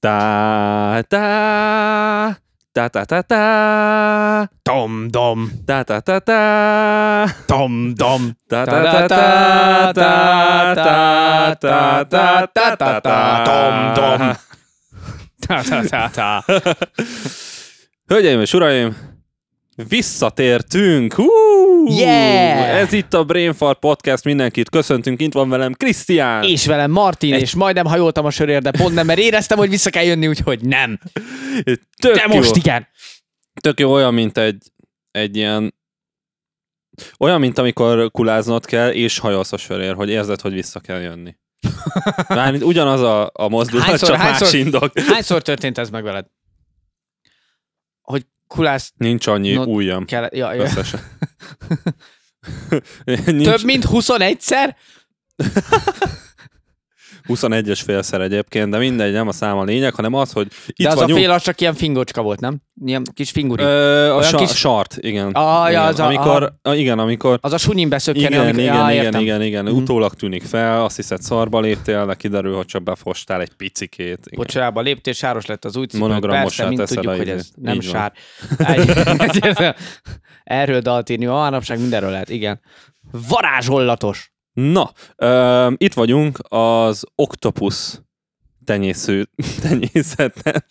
Tá, tá, tá, tá, tá, tá, Tom, dom, tá, tá, tá, tá. tom, dom. Tá, tá, tá, tá, tá, tá, tá, tá, tá, tá, tá. Tom, tom. Tá, tá, tá, tá. Hölgyeim és uraim, visszatértünk! Hú! Yeah! Ez itt a Brain Fart Podcast, mindenkit köszöntünk, itt van velem Krisztián! És velem Martin, és majdnem hajoltam a sörért, de pont nem, mert éreztem, hogy vissza kell jönni, úgyhogy nem. Tök De jó. most igen. tök jó olyan, mint egy, egy ilyen olyan, mint amikor kuláznod kell, és hajolsz a sörér, hogy érzed, hogy vissza kell jönni. Mármint ugyanaz a, a mozdulat, Hányszor- csak más hányszor- indok. Hányszor történt ez meg veled? Hogy kulász Nincs annyi Not- ujjam. kell... Ja, ja. Összesen. Nincs Több mint 21-szer? 21-es félszer egyébként, de mindegy, nem a szám a lényeg, hanem az, hogy itt De az vagyunk. a fél az csak ilyen fingocska volt, nem? Ilyen kis finguri. Ö, a Olyan sa- kis- sart, igen. Ah, ja, igen. az a- amikor, a... igen, amikor Az a sunyin beszökken, Igen, amikor... igen, ja, igen, értem. igen, igen, Mhm. Utólag tűnik fel, azt hiszed szarba léptél, de kiderül, hogy csak befostál egy picikét. Igen. Kocsába léptél, sáros lett az új cipő. Monogramossá Persze, mind teszed tudjuk, a hogy ez izét. nem Így van. sár. Egy- Erről dalt írni, ma manapság mindenről lehet, igen. Varázsollatos. Na, um, itt vagyunk az Octopus tenyésző, tenyészetben,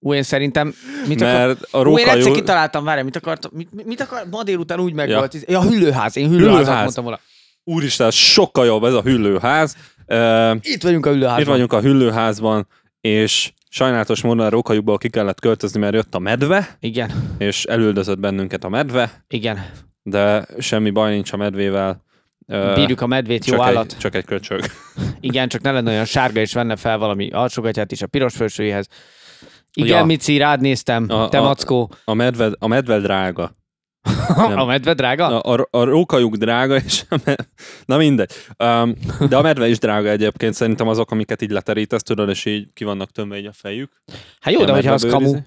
Ú, én szerintem... Mit akar... mert a Ú, én egyszer rókajú... kitaláltam, várj, mit akartam? Mit, mit- mit akar? Ma délután úgy meg Ja. ja. volt. Ja, hüllőház. Én hüllőházat Hüllőház. hüllőház. mondtam volna. Úristen, ez sokkal jobb ez a hüllőház. Um, Itt vagyunk a hüllőházban. itt vagyunk a hüllőházban, és sajnálatos módon a rókajukból ki kellett költözni, mert jött a medve, Igen, és elüldözött bennünket a medve, igen. de semmi baj nincs a medvével. Ö, Bírjuk a medvét, jó csak állat. Egy, csak egy köcsög. Igen, csak ne lenne olyan sárga, és venne fel valami alsógatyát is a piros fősőjéhez. Igen, Ja. ja. Mici, rád néztem, A- a, te a- mackó. A medve, a medve drága. A, a medve drága? A, a, a rókajuk drága, és a me- na mindegy. Um, de a medve is drága egyébként, szerintem azok, amiket így leterítesz, tudod, és így ki vannak tömve így a fejük. Hát jó, de Ilyen hogyha az kamu. medvebőrizni.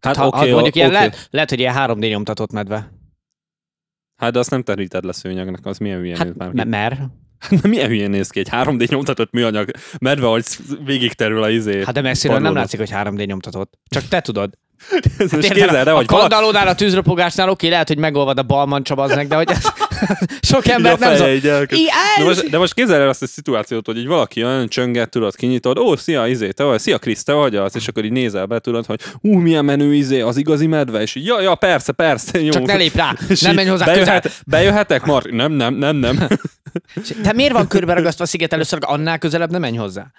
Hát Ha, oké, okay, mondjuk ilyen oké. lehet, lehet, hogy ilyen 3D nyomtatott medve. Hát de azt nem teríted le szőnyegnek, az milyen hülyén néz Hát már me- ki. mer. Hát milyen hülyén néz ki egy 3D nyomtatott műanyag medve, hogy végig terül a izé. Hát de messziről nem padlódat. látszik, hogy 3D nyomtatott. Csak te tudod. Hát, és Érted? képzeld el, a hogy vala- kandallónál, a tűzropogásnál oké, lehet, hogy megolvad a balman csabaznak, de hogy ez sok így a ember nem feje zavar. így elkezd- I- ez- de most, de most képzeld el azt a szituációt, hogy így valaki olyan csönget, tudod, kinyitod, ó, szia, izé, te vagy, szia, Krisz, te vagy az, és akkor így nézel be, tudod, hogy ú, milyen menő izé, az igazi medve, és így, ja, ja, persze, persze, jó. Csak ne lép rá, És nem így, menj hozzá közel. bejöhet, Bejöhetek, Mark? Nem, nem, nem, nem. Te miért van körbe ragasztva a sziget először, annál közelebb nem menj hozzá.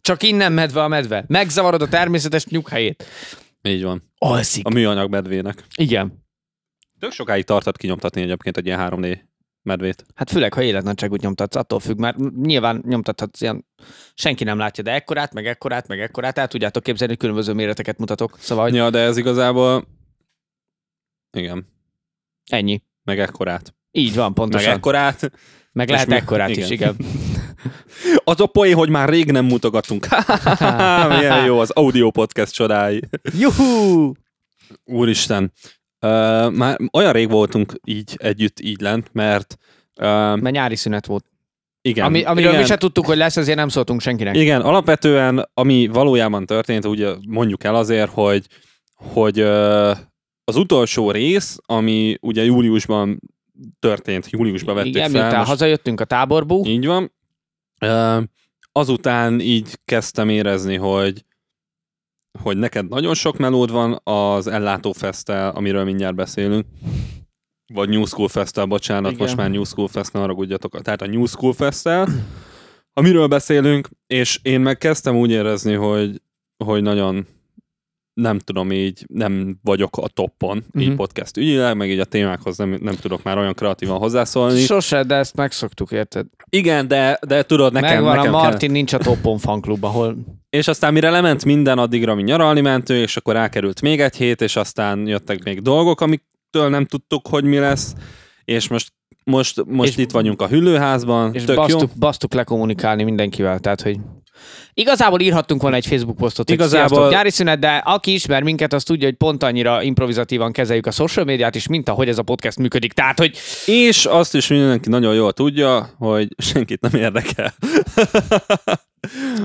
Csak innen medve a medve. Megzavarod a természetes nyughelyét. így van. Alszik. A műanyag medvének. Igen. Tök sokáig tartott kinyomtatni egyébként egy ilyen 3D medvét. Hát főleg, ha életnagyságot nyomtatsz, attól függ, mert nyilván nyomtathatsz ilyen, senki nem látja, de ekkorát, meg ekkorát, meg ekkorát, el tudjátok képzelni, hogy különböző méreteket mutatok. Szóval, hogy Ja, de ez igazából... Igen. ennyi. Meg ekkorát. Így van, Meg pontosan. Meg, ekkorát. meg lehet és mi- ekkorát igen. is, igen. Az a poé, hogy már rég nem mutogatunk. Milyen jó az audio podcast csodái. Juhú! Úristen. Uh, már olyan rég voltunk így együtt, így lent, mert uh, Mert nyári szünet volt. igen. Ami, amiről igen, mi se tudtuk, hogy lesz, ezért nem szóltunk senkinek. igen, alapvetően ami valójában történt, ugye mondjuk el azért, hogy, hogy uh, az utolsó rész, ami ugye júliusban történt, júliusban vettük Igen, fel. miután most- hazajöttünk a táborból, Így van. Ö, Azután így kezdtem érezni, hogy hogy neked nagyon sok melód van az Ellátó Festtel, amiről mindjárt beszélünk, vagy New School Festtel, bocsánat, Igen. most már New School Fest, ne haragudjatok, tehát a New School Festtel, amiről beszélünk, és én meg kezdtem úgy érezni, hogy, hogy nagyon nem tudom így, nem vagyok a toppon, mm-hmm. így Mhm. podcast ügyileg, meg így a témákhoz nem, nem tudok már olyan kreatívan hozzászólni. sose, de ezt megszoktuk, érted? Igen, de, de tudod, nekem, Megvan nekem a kell- Martin, nincs a Topon fanklub, ahol... És aztán mire lement minden, addigra mi nyaralni mentő, és akkor rákerült még egy hét, és aztán jöttek még dolgok, amiktől nem tudtuk, hogy mi lesz, és most most, most És- itt vagyunk a hüllőházban, És tök jó. basztuk, basztuk lekommunikálni mindenkivel, tehát hogy... Igazából írhattunk volna egy Facebook posztot, hogy Igazából- Igazából... nyári szünet, de aki ismer minket, az tudja, hogy pont annyira improvizatívan kezeljük a social médiát is, mint ahogy ez a podcast működik. Tehát, hogy És azt is mindenki nagyon jól tudja, hogy senkit nem érdekel.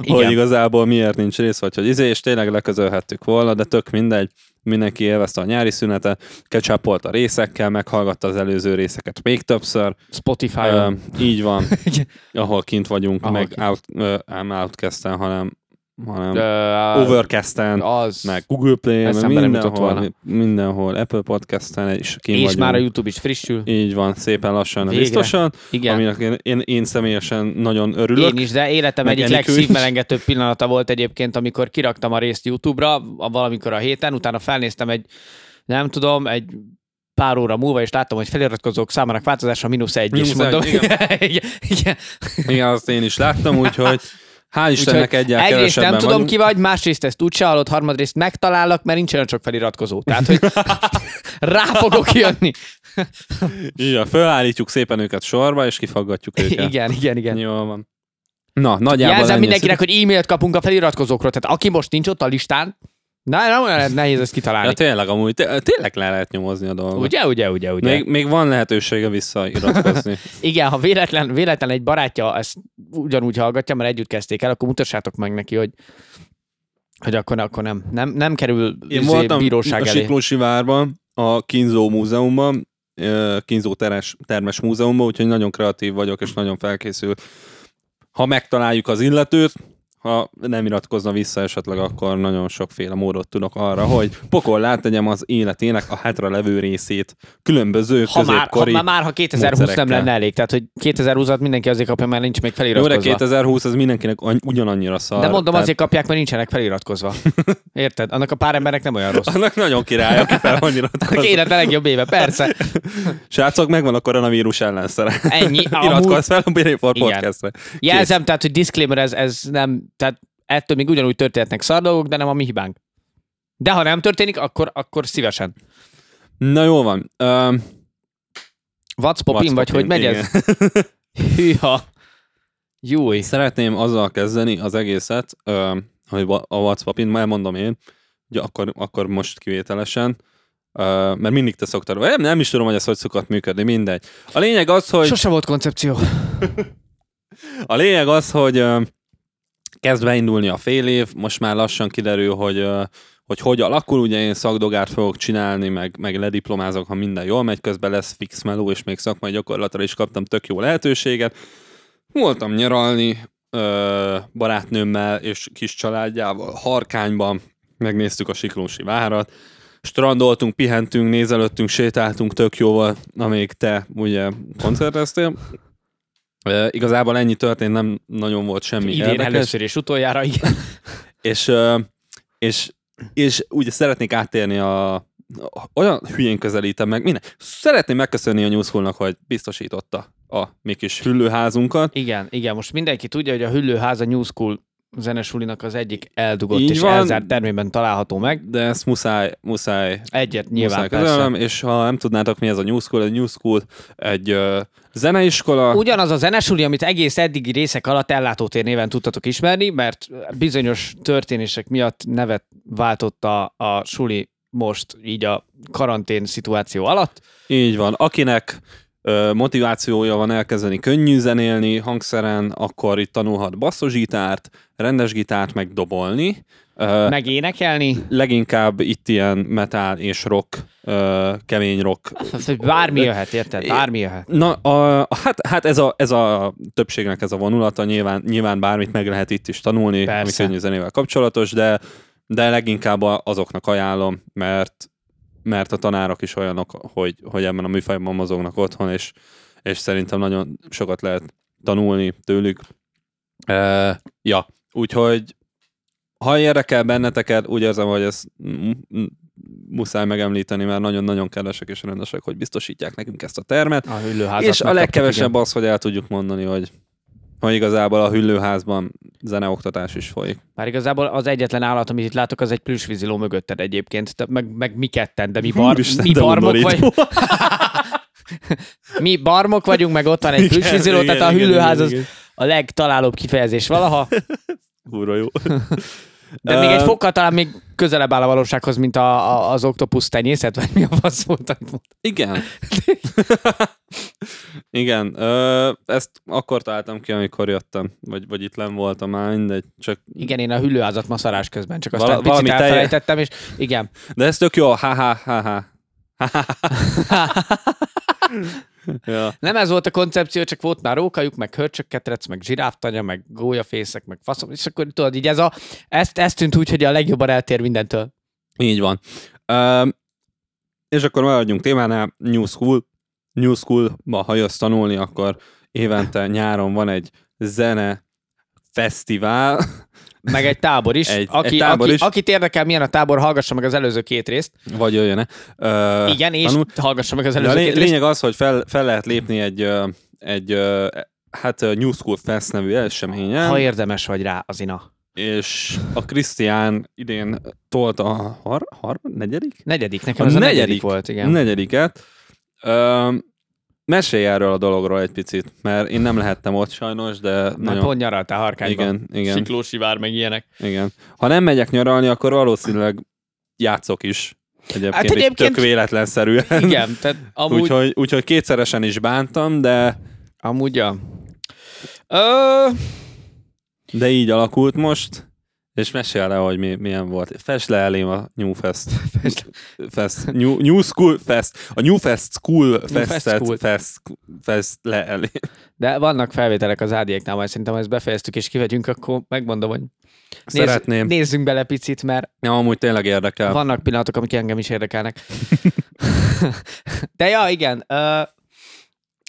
hogy Igen. igazából miért nincs rész, vagy hogy izé, és tényleg leközölhettük volna, de tök mindegy, mindenki élvezte a nyári szünetet, kecsápolt a részekkel, meghallgatta az előző részeket még többször, Spotify-on. Ö, így van, Igen. ahol kint vagyunk, Ahol meg kint. Out, ö, nem Outcast-en, hanem, hanem Ö, Overcast-en, Az. meg Google Play, meg Eszembe nem jutott volna. mindenhol, mindenhol, Apple Podcast-en, és kint És vagyunk. már a YouTube is frissül. Így van, szépen lassan, de Végre. biztosan, Igen. aminek én, én, én személyesen nagyon örülök. Én is, de életem meg egyik Enikő is. legszívmelengetőbb pillanata volt egyébként, amikor kiraktam a részt YouTube-ra, a- valamikor a héten, utána felnéztem egy, nem tudom, egy pár óra múlva, és láttam, hogy feliratkozók számának változása mínusz egy, és Mínusz egy, mondom, igen. igen, igen. Igen, azt én is láttam, úgyhogy hál' Istennek egyáltalán egyrészt kevesebben nem tudom vagyunk. ki vagy, másrészt ezt úgyse hallod, harmadrészt megtalálok, mert nincs olyan sok feliratkozó. Tehát, hogy rá fogok jönni. Igen, fölállítjuk szépen őket sorba, és kifaggatjuk őket. Igen, igen, igen. Jól van. Na, nagyjából Jelzem ennyi mindenkinek, hogy e-mailt kapunk a feliratkozókról, tehát aki most nincs ott a listán, na, nem olyan nehéz ezt Ja, kitalálni. tényleg amúgy, te- tényleg le lehet nyomozni a dolgot. Ugye, ugye, ugye, ugye. Még, még van lehetősége visszairatkozni. Igen, ha véletlen, véletlen egy barátja ezt ugyanúgy hallgatja, mert együtt kezdték el, akkor mutassátok meg neki, hogy hogy akkor, akkor nem, nem, nem kerül Én izé voltam bíróság a elé. Siklósi várban, a Kínzó múzeumban, ö, Kínzó teres, termes múzeumban, úgyhogy nagyon kreatív vagyok, és nagyon felkészült. Ha megtaláljuk az illetőt, ha nem iratkozna vissza esetleg, akkor nagyon sokféle módot tudok arra, hogy pokollá tegyem az életének a hátra levő részét különböző Ha már, ha, középkori... már, már, ha 2020 nem módszerekkel. lenne elég, tehát hogy 2020-at mindenki azért kapja, mert nincs még Jó, de feliratkozva. 2020 az mindenkinek any- ugyanannyira szar. De mondom, tehát azért kapják, mert nincsenek feliratkozva. Érted? Annak a pár embernek nem olyan rossz. Annak nagyon király, aki fel van A iratkozva. élet a legjobb éve, persze. Srácok, megvan a koronavírus ellenszere. Ennyi. Amúgy Iratkozz fel a Bérény for Igen. podcastre. jelzem, tehát, hogy disclaimer, ez, ez nem, tehát ettől még ugyanúgy történhetnek szar dolgok, de nem a mi hibánk. De ha nem történik, akkor, akkor szívesen. Na jó van. Ö, What's popin, What's vagy hogy poppin? megy ez? Hűha. Júj. Szeretném azzal kezdeni az egészet, ö, hogy wa- a WhatsApp-in, már mondom én, ugye akkor, akkor most kivételesen, ö, mert mindig te szoktad, nem, nem is tudom, hogy ez hogy szokott működni, mindegy. A lényeg az, hogy, Sose volt koncepció. a lényeg az, hogy ö, kezd beindulni a fél év, most már lassan kiderül, hogy ö, hogy hogy alakul, ugye én szakdogát fogok csinálni, meg, meg lediplomázok, ha minden jól megy, közben lesz fix meló, és még szakmai gyakorlatra is kaptam tök jó lehetőséget. Voltam nyaralni ö, barátnőmmel és kis családjával Harkányban, megnéztük a Siklósi várat, strandoltunk, pihentünk, nézelődtünk, sétáltunk tök jóval, amíg te ugye koncerteztél. Ö, igazából ennyi történt, nem nagyon volt semmi Idén érdekes. először és utoljára, igen. És, ö, és, és ugye szeretnék áttérni a olyan hülyén közelítem meg minden. Szeretném megköszönni a New School-nak, hogy biztosította a mi kis hüllőházunkat. Igen, igen. Most mindenki tudja, hogy a Hüllőháza New School zenesulinak az egyik eldugott Így és van. elzárt termében található meg. De ezt muszáj, muszáj, Egyet nyilván muszáj persze. közölnöm, és ha nem tudnátok, mi ez a New School, a New School egy ö, zeneiskola, Ugyanaz a zenesuli, amit egész eddigi részek alatt ellátótér néven tudtatok ismerni, mert bizonyos történések miatt nevet váltotta a suli most így a karantén szituáció alatt. Így van. Akinek ö, motivációja van elkezdeni könnyű zenélni hangszeren, akkor itt tanulhat basszusgitárt, rendes gitárt, meg dobolni. Ö, meg énekelni, leginkább itt ilyen metal és rock, ö, kemény rock. Szóval, bármi jöhet, érted? Bármi jöhet. Na, a, hát, hát ez, a, ez a többségnek ez a vonulata, nyilván, nyilván bármit meg lehet itt is tanulni, ami Persze. könnyű zenével kapcsolatos, de, de leginkább a- azoknak ajánlom, mert, mert a tanárok is olyanok, hogy, hogy ebben a műfajban mozognak otthon, és, és szerintem nagyon sokat lehet tanulni tőlük. E, ja, úgyhogy ha érdekel benneteket, úgy érzem, hogy ezt mm, mm, muszáj megemlíteni, mert nagyon-nagyon kedvesek és rendesek, hogy biztosítják nekünk ezt a termet. A hüllőházat És a megkaptuk, legkevesebb az, hogy el tudjuk mondani, hogy, hogy igazából a hüllőházban zeneoktatás is folyik. igen. Már igazából az egyetlen állat, amit itt látok, az egy plüsvíziló mögötted egyébként, Te- meg, meg mi ketten, de mi, bar, Úristen, mi de barmok undorító. vagy... mi barmok vagyunk, meg ott van egy Igen, plüsvíziló, igen, tehát a igen, hüllőház igen, az igen. a legtalálóbb kifejezés valaha, Kurva jó. de még egy Ö, fokkal talán még közelebb áll a valósághoz, mint a, a, az oktopusz tenyészet, vagy mi a fasz volt, amit mondtam. Igen. Igen, ö, ezt akkor találtam ki, amikor jöttem, vagy, vagy itt len voltam már, mindegy. Csak, Igen, én a hüllőázat ma szarás közben, csak aztán Val- Val- picit valami telje- elfelejtettem, és igen. de ez tök jó, ha ha ha ha. ja. Nem ez volt a koncepció, csak volt már rókajuk, meg hörcsökketrec, meg zsiráftanya, meg gólyafészek, meg faszom, és akkor tudod, így ez a, ezt, ezt tűnt úgy, hogy a legjobban eltér mindentől. Így van. Ö, és akkor maradjunk témánál, New School. New School-ba, ha jössz tanulni, akkor évente nyáron van egy zene fesztivál. Meg egy tábor is. Egy- aki, egy tábor aki, is. Akit érdekel, milyen a tábor, hallgassa meg az előző két részt. Vagy jöjjön-e? Ö, Igen, és tanul- hallgassa meg az De a előző lé- két részt. lényeg az, hogy fel, fel lehet lépni egy, ö, egy ö, hát ö, New School Fest nevű eseményen, Ha érdemes vagy rá, az ina. és a Krisztián idén tolt a har, har, negyedik? Negyedik, nekem A ez a negyedik, negyedik. volt, igen. Negyediket. Ö, mesélj erről a dologról egy picit, mert én nem lehettem ott sajnos, de Már nagyon... pont nyaraltál harkányban. Igen, igen, Siklósi vár, meg ilyenek. igen. Ha nem megyek nyaralni, akkor valószínűleg játszok is. Egyébként, hát egyébként... egyébként- tök véletlenszerűen. Igen, tehát amúgy... Úgyhogy, úgyhogy kétszeresen is bántam, de Amúgy, ja. Ö, De így alakult most, és mesél le, hogy mi, milyen volt. Fes le elém a New Fest. fest. New, new School Fest. A New Fest School Fest Festet. School. Fest, fest le elém. de vannak felvételek az ádiéknál, majd szerintem ha ezt befejeztük és kivegyünk, akkor megmondom, hogy nézz- Szeretném. nézzünk bele picit, mert Nem, amúgy tényleg érdekel. Van. vannak pillanatok, amik engem is érdekelnek. de ja, igen. Ö,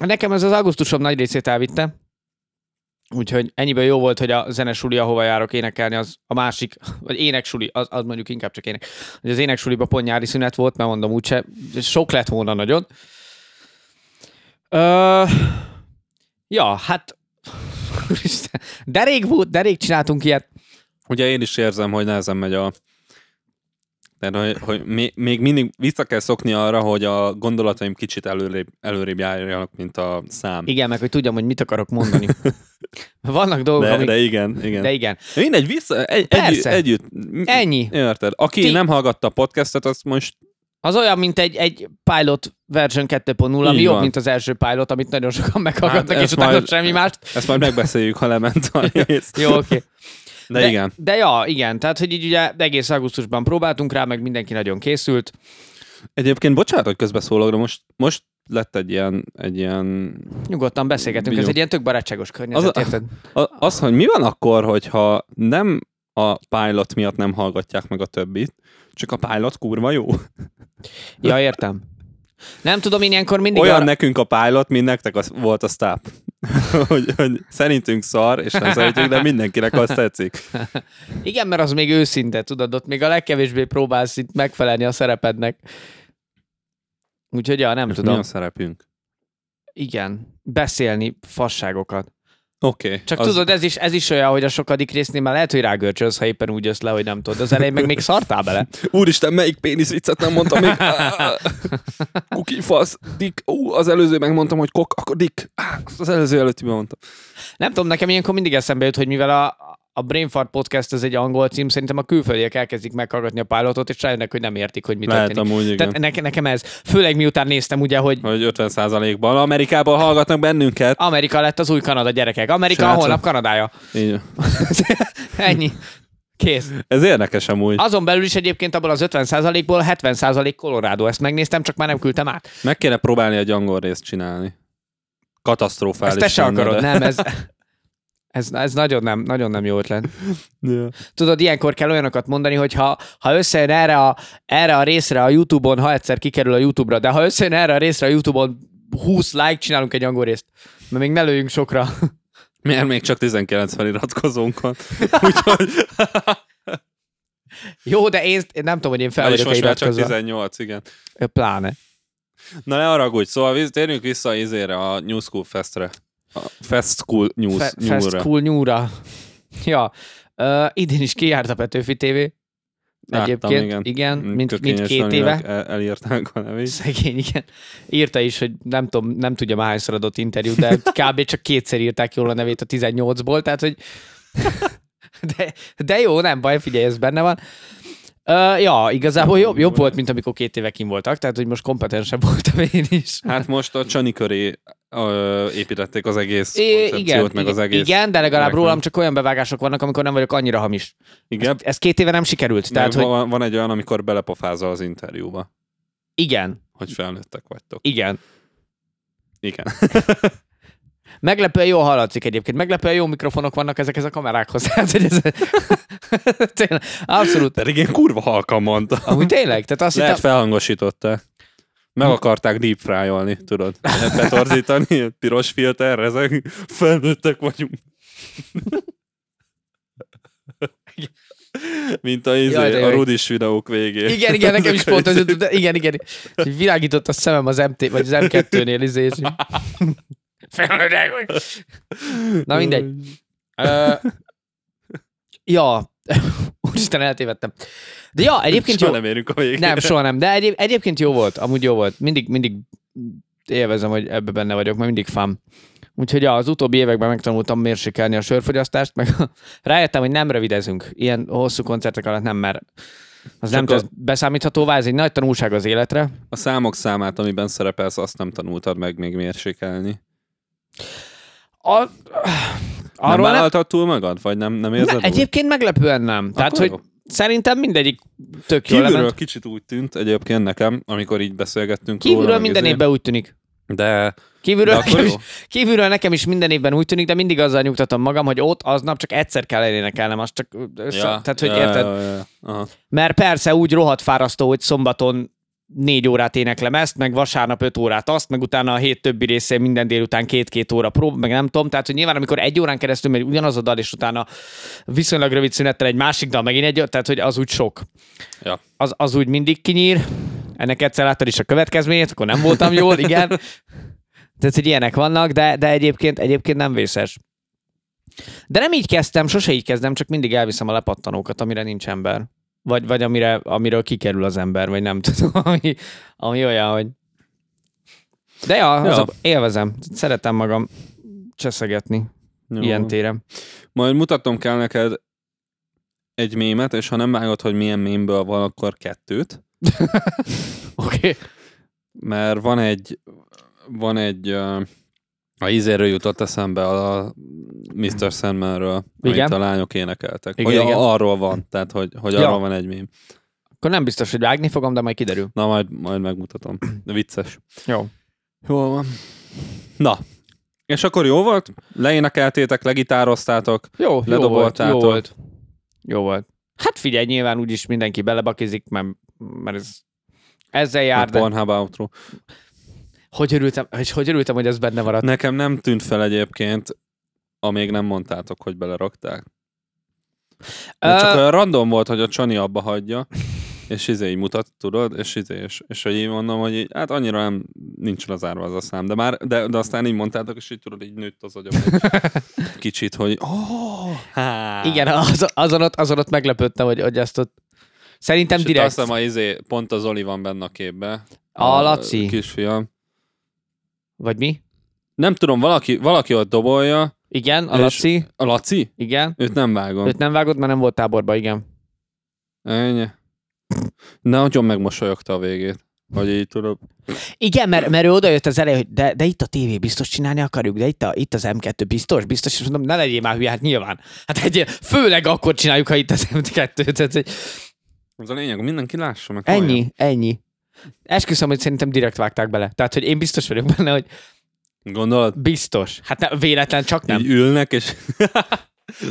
nekem ez az augusztusom nagy részét elvitte, úgyhogy ennyiből jó volt, hogy a zenesuli, ahova járok énekelni, az a másik, vagy éneksuli, az, az mondjuk inkább csak ének. Hogy az éneksuliba pont nyári szünet volt, mert mondom úgyse, sok lett volna nagyon. Ö, ja, hát Úristen, de rég volt, de rég csináltunk ilyet. Ugye én is érzem, hogy nehezen megy a... Tehát, hogy, hogy mi- még mindig vissza kell szokni arra, hogy a gondolataim kicsit előrébb, előrébb járjanak, mint a szám. Igen, meg hogy tudjam, hogy mit akarok mondani. Vannak dolgok, De, amik... de igen, igen. de igen. Mindegy, vissza, egy, együtt, Persze. együtt. Ennyi. Érted? Aki Ti- nem hallgatta a podcastet, azt most Az olyan, mint egy, egy pilot version 2.0, ami Így jobb, van. mint az első pilot, amit nagyon sokan meghallgatnak, Hát, és ez utána majd- semmi mást. Ezt majd megbeszéljük, ha lement a rész. Jó, oké. Okay. De, de de igen. De ja, igen. Tehát, hogy így ugye egész augusztusban próbáltunk rá, meg mindenki nagyon készült. Egyébként bocsánat, hogy közbeszólok, de most, most lett egy ilyen, egy ilyen... Nyugodtan beszélgetünk. Ez Jó. egy ilyen tök barátságos Az környezet, a- az, érted? A, az, hogy mi van akkor, hogyha nem a pilot miatt nem hallgatják meg a többit, csak a pilot kurva jó. Ja, értem. Nem tudom, én ilyenkor mindig... Olyan arra- nekünk a pilot, mint nektek az, volt a stáp. hogy, hogy, szerintünk szar, és nem szeretjük, de mindenkinek azt tetszik. Igen, mert az még őszinte, tudod, ott még a legkevésbé próbálsz itt megfelelni a szerepednek. Úgyhogy ja, nem És Mi tudom. a szerepünk? Igen, beszélni fasságokat. Oké. Okay, Csak az... tudod, ez is, ez is olyan, hogy a sokadik résznél már lehet, hogy rágörcsölsz, ha éppen úgy jössz le, hogy nem tudod. Az elején meg még szartál bele. Úristen, melyik péniszvicet nem mondtam még? Á, Kuki, fasz, dik. Ú, az előző megmondtam, hogy kok, akkor dik. Á, azt Az előző előtti mondtam. Nem tudom, nekem ilyenkor mindig eszembe jut, hogy mivel a, a Brain Fart Podcast ez egy angol cím, szerintem a külföldiek elkezdik meghallgatni a pilotot, és rájönnek, hogy nem értik, hogy mi Lehet történik. amúgy, igen. Tehát ne, nekem ez. Főleg miután néztem ugye, hogy Vagy 50%-ban. Amerikában hallgatnak bennünket. Amerika lett az új Kanada gyerekek. Amerika a Srácok. holnap Kanadája. Így. Ennyi. Kész. Ez érdekes amúgy. Azon belül is egyébként abból az 50%-ból 70% Colorado. Ezt megnéztem, csak már nem küldtem át. Meg kéne próbálni egy angol részt csinálni. Katasztrofális. Ezt te se lenne, akarod, de- nem? Ez, ez, ez nagyon, nem, nagyon nem jó ötlet. Ja. Tudod, ilyenkor kell olyanokat mondani, hogy ha, ha összejön erre a, erre a részre a YouTube-on, ha egyszer kikerül a YouTube-ra, de ha összejön erre a részre a YouTube-on, 20 like csinálunk egy angol részt, mert még ne lőjünk sokra. Mert még csak 19 feliratkozónk van. Úgyhogy Jó, de én, én nem tudom, hogy én fel és vagyok a most már csak iratkozva. 18, igen. Ö, Pláne. Na ne haragudj, szóval víz- térjünk vissza izére, a New School Festre. A Fest School News. Fe- Fast Newra. Cool Nyúra. Ja. Uh, idén is kijárt a Petőfi TV. Láttam, Egyébként, igen. Mm, igen, igen mint, mint Kökényes két Daninak éve. el- Elírták a nevét. Szegény, igen. Írta is, hogy nem tudom, nem tudja már hányszor adott interjú, de kb. csak kétszer írták jól a nevét a 18-ból, tehát hogy de, de jó, nem baj, figyelj, ez benne van. Uh, ja, igazából jobb, jobb volt, mint amikor két éve kim voltak, tehát hogy most kompetensebb voltam én is. Hát most a Csani köré ö, építették az egész É, koncepciót, igen, meg az egész. igen, de legalább reklám. rólam csak olyan bevágások vannak, amikor nem vagyok annyira hamis. igen. Ez két éve nem sikerült, tehát Tehát, hogy van, van egy olyan, amikor belepofázza az interjúba, igen, hogy felnőttek vagytok. igen. Igen. Meglepően jól hallatszik egyébként, meglepően jó mikrofonok vannak ezek ez a kamerákhoz. Tehát, hogy ez... tényleg, abszolút. Pedig én kurva halkan mondtam. Amúgy tényleg, tehát azt Lehet hittem, felhangosították. Meg Hm? akarták deep fry tudod? Betorzítani, piros filter, ezek felnőttek vagyunk. Mint a, izé, Jaj, de a jó. rudis videók végén. igen, igen, nekem is pont az jutott, de igen, igen. És így Világított a szemem az MT, vagy az M2-nél izé, és így- Felnőttek vagy. Na mindegy. Ö, ja, úristen, eltévedtem. De ja, egyébként jó. Soha nem érünk a végén. Nem, soha nem. De egyéb, egyébként jó volt, amúgy jó volt. Mindig, mindig élvezem, hogy ebbe benne vagyok, mert mindig fám. Úgyhogy ja, az utóbbi években megtanultam mérsékelni a sörfogyasztást, meg rájöttem, hogy nem rövidezünk. Ilyen hosszú koncertek alatt nem, mert az nem a- tesz beszámíthatóvá, ez egy nagy tanulság az életre. A számok számát, amiben szerepelsz, azt nem tanultad meg még mérsékelni. A, Arról nem arról nem, vállaltad túl magad? Vagy nem, nem érzed ne, úgy? egyébként meglepően nem. Tehát, Akkor hogy jó. szerintem mindegyik tök jól Kívülről lement. kicsit úgy tűnt egyébként nekem, amikor így beszélgettünk róla, Kívülről meg minden izé. évben úgy tűnik. De Kívülről, De akkor nekem is, jó. kívülről nekem is minden évben úgy tűnik, de mindig azzal nyugtatom magam, hogy ott aznap csak egyszer kell elénekelnem, azt csak, össze, ja, tehát hogy ja, érted? Ja, Ja. ja, Aha. Mert persze úgy rohadt fárasztó, hogy szombaton négy órát éneklem ezt, meg vasárnap öt órát azt, meg utána a hét többi részén minden délután két-két óra prób, meg nem tudom, tehát hogy nyilván amikor egy órán keresztül megy ugyanaz a dal, és utána viszonylag rövid szünettel egy másik dal, megint egy, tehát hogy az úgy sok. Ja. Az, az úgy mindig kinyír, ennek egyszer láttad is a következményét, akkor nem voltam jól, igen. Tehát, hogy ilyenek vannak, de, de egyébként, egyébként nem vészes. De nem így kezdtem, sose így kezdem, csak mindig elviszem a lepattanókat, amire nincs ember. Vagy, vagy amire, amiről kikerül az ember, vagy nem tudom, ami, ami olyan, hogy... De ja, az Ja. A, élvezem. Szeretem magam cseszegetni Jó. ilyen téren. Majd mutatom kell neked egy mémet, és ha nem vágod, hogy milyen mémből van, akkor kettőt, Oké. Okay. mert van egy, van egy, ö, a ízéről jutott eszembe a Mr. Sandmanről, amit Igen. a lányok énekeltek. Igen, Igen, hogy igen. igen. arról van, tehát hogy, hogy Ja. arról van egy mém. Akkor nem biztos, hogy vágni fogom, de majd kiderül. Na, majd, majd megmutatom. De vicces. Jó. Jól van. Na, és akkor jó volt? Leénekeltétek, legitároztátok. Jó, jó volt, jó Ledoboltátok. volt. Jó volt. Hát figyelj, nyilván úgyis mindenki belebakizik, mert, mert ez, ezzel jár, de Pornhub outro. hogy örültem, és hogy örültem, hogy ez benne maradt. Nekem nem tűnt fel egyébként, amíg nem mondtátok, hogy belerakták. De csak Ö, olyan random volt, hogy a Csani abba hagyja, és izé így mutat, tudod, és izé, és, és hogy így mondom, hogy így, hát annyira nem nincs lezárva az a szám, de már, de, de aztán így mondtátok, és így tudod, így nőtt az agyam egy kicsit, hogy oh, há. Igen, az, azon, ott, azon ott meglepődtem, hogy, hogy ezt ott... Szerintem és direkt. direkt. Azt hiszem, a izé, pont az Zoli van benne a képbe. A Laci. Kisfiam. Vagy mi? Nem tudom, valaki, valaki ott dobolja, Igen, a És- Laci. a Laci, Igen. őt nem vágom. Őt nem vágod, mert nem volt táborba, igen. Ennyi. Nagyon megmosolyogta a végét. Hogy így tudom. Igen, mert, mert ő odajött az elején, hogy de, de itt a tévé biztos csinálni akarjuk, de itt, a, itt az M2 biztos, biztos, és mondom, ne legyél már hülye, hát nyilván. Hát egy, főleg akkor csináljuk, ha itt az M2. Tehát, hogy Az a lényeg, hogy mindenki lássa meg. ennyi, hallja. ennyi. Esküszöm, hogy szerintem direkt vágták bele. Tehát, hogy én biztos vagyok benne, hogy Gondolod? biztos. Hát ne, véletlen csak Nem. nem. Így ülnek, és...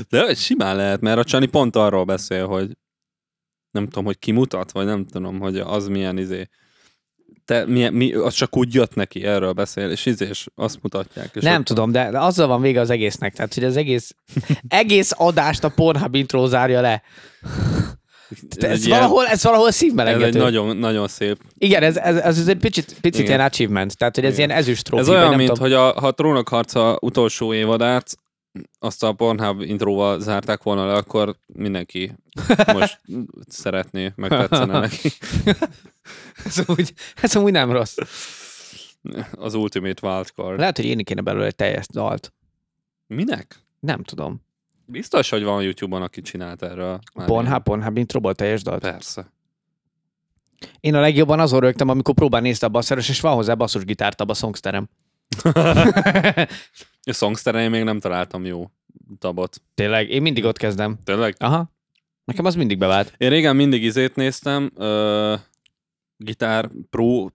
De ez simán lehet, mert a Csani pont arról beszél, hogy nem tudom, hogy kimutat, vagy nem tudom, hogy az milyen izé. Te, milyen, mi, az csak úgy jött neki, erről beszél, és izé, és azt mutatják. És Nem ott- tudom, de de azzal van vége az egésznek. Tehát, hogy az egész, egész adást a Pornhub intro zárja le. ez, Ez, egy ilyen- valahol, ez valahol ez egy szívmelengető. Nagy... nagyon, nagyon szép. Igen, ez, ez, ez, ez egy picit, picit Igen. ilyen achievement. Tehát, hogy ez Igen. ilyen ezüst trófi, ez vagy olyan, nem mint tudom. hogy a, ha a Trónok harca utolsó évadát azt a Pornhub intróval zárták volna le, akkor mindenki most szeretné, meg tetszene neki. Ez amúgy, ez amúgy nem rossz. Az Ultimate Wildcard. Le- Lehet, hogy én kéne belőle egy teljes dalt. Minek? Nem tudom. Biztos, hogy van YouTube-on, aki csinált erről. már Pornhub, Pornhub introból teljes dalt. ilyen. Persze. Én a legjobban azon rögtem, amikor próbál nézni a basszeres, és van hozzá basszusgitárt abba a songsterem. A songsterén még nem találtam jó dabot. Tényleg, én mindig ott kezdem. Tényleg? Aha. Nekem az mindig bevált. Én régen mindig izét néztem, ö, gitár pro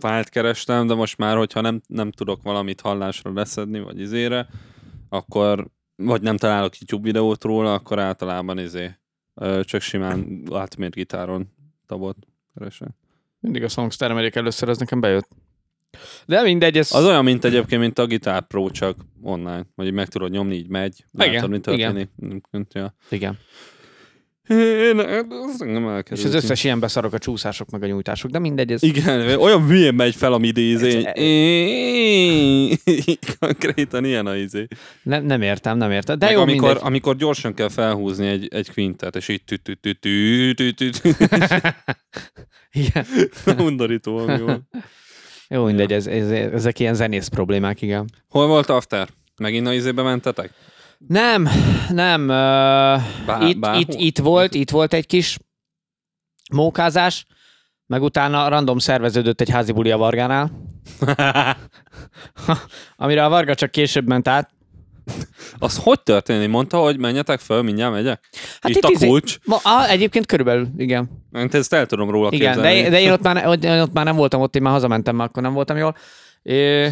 fájlt kerestem, de most már, hogyha nem, nem tudok valamit hallásra leszedni, vagy izére, akkor, vagy nem találok YouTube videót róla, akkor általában izé, ö, csak simán átmért gitáron tabot keresem. Mindig a songster megyek először, az nekem bejött. De mindegy, ez... Az olyan, mint egyébként, mint a Guitar Pro, csak online, vagy így meg tudod nyomni, így megy, Igen, látod, mi történik. Igen. Ja. Igen. Én, ez engem És elkerült. az összes ilyen beszarok a csúszások, meg a nyújtások, de mindegy, ez... Igen, olyan hülyén megy fel, ami izé. Ez- Konkrétan ilyen a izé. Nem, nem értem, nem értem. De Meg jó, amikor, mindegy. amikor gyorsan kell felhúzni egy, egy quintet, és így tü tü tü tü tü tü tü Igen. undorító, ami van. Jó, mindegy, ez, ez, ezek ilyen zenész problémák, igen. Hol volt After? Megint a izébe mentetek? Nem, nem. ö, Bá- itt, bárhol? itt, itt, volt, itt volt egy kis mókázás, meg utána random szerveződött egy házi buli a Vargánál, amire a Varga csak később ment át. Az hogy történik? Mondta, hogy menjetek föl, mindjárt megyek? Hát itt, itt a izé- kulcs. Ma, á, egyébként körülbelül, igen. Én ezt el tudom róla Igen, képzelni. de, de én, ott már, ne- én ott már nem voltam ott, én már hazamentem, már akkor nem voltam jól. Ö,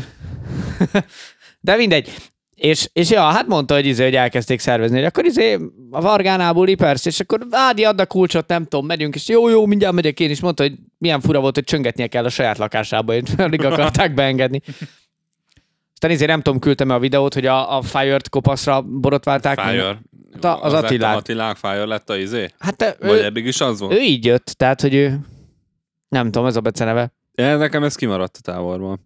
De mindegy. És, és ja, hát mondta, hogy, izé, hogy elkezdték szervezni, hogy akkor izé a Vargánál buli, persze, és akkor Ádi add a kulcsot, nem tudom, megyünk, és jó, jó, mindjárt megyek én, és mondta, hogy milyen fura volt, hogy csöngetnie kell a saját lakásába, és alig akarták beengedni. Aztán izé nem tudom, küldtem a videót, hogy a, a Fire-t kopaszra borotválták. Fire. Ta- az lett a Attilák. Attilák Fire lett a izé? Hát te, Vagy ő, eddig is az volt? ő, így jött, tehát, hogy ő, nem tudom, ez a beceneve. Ő... Nekem ez kimaradt a táborból.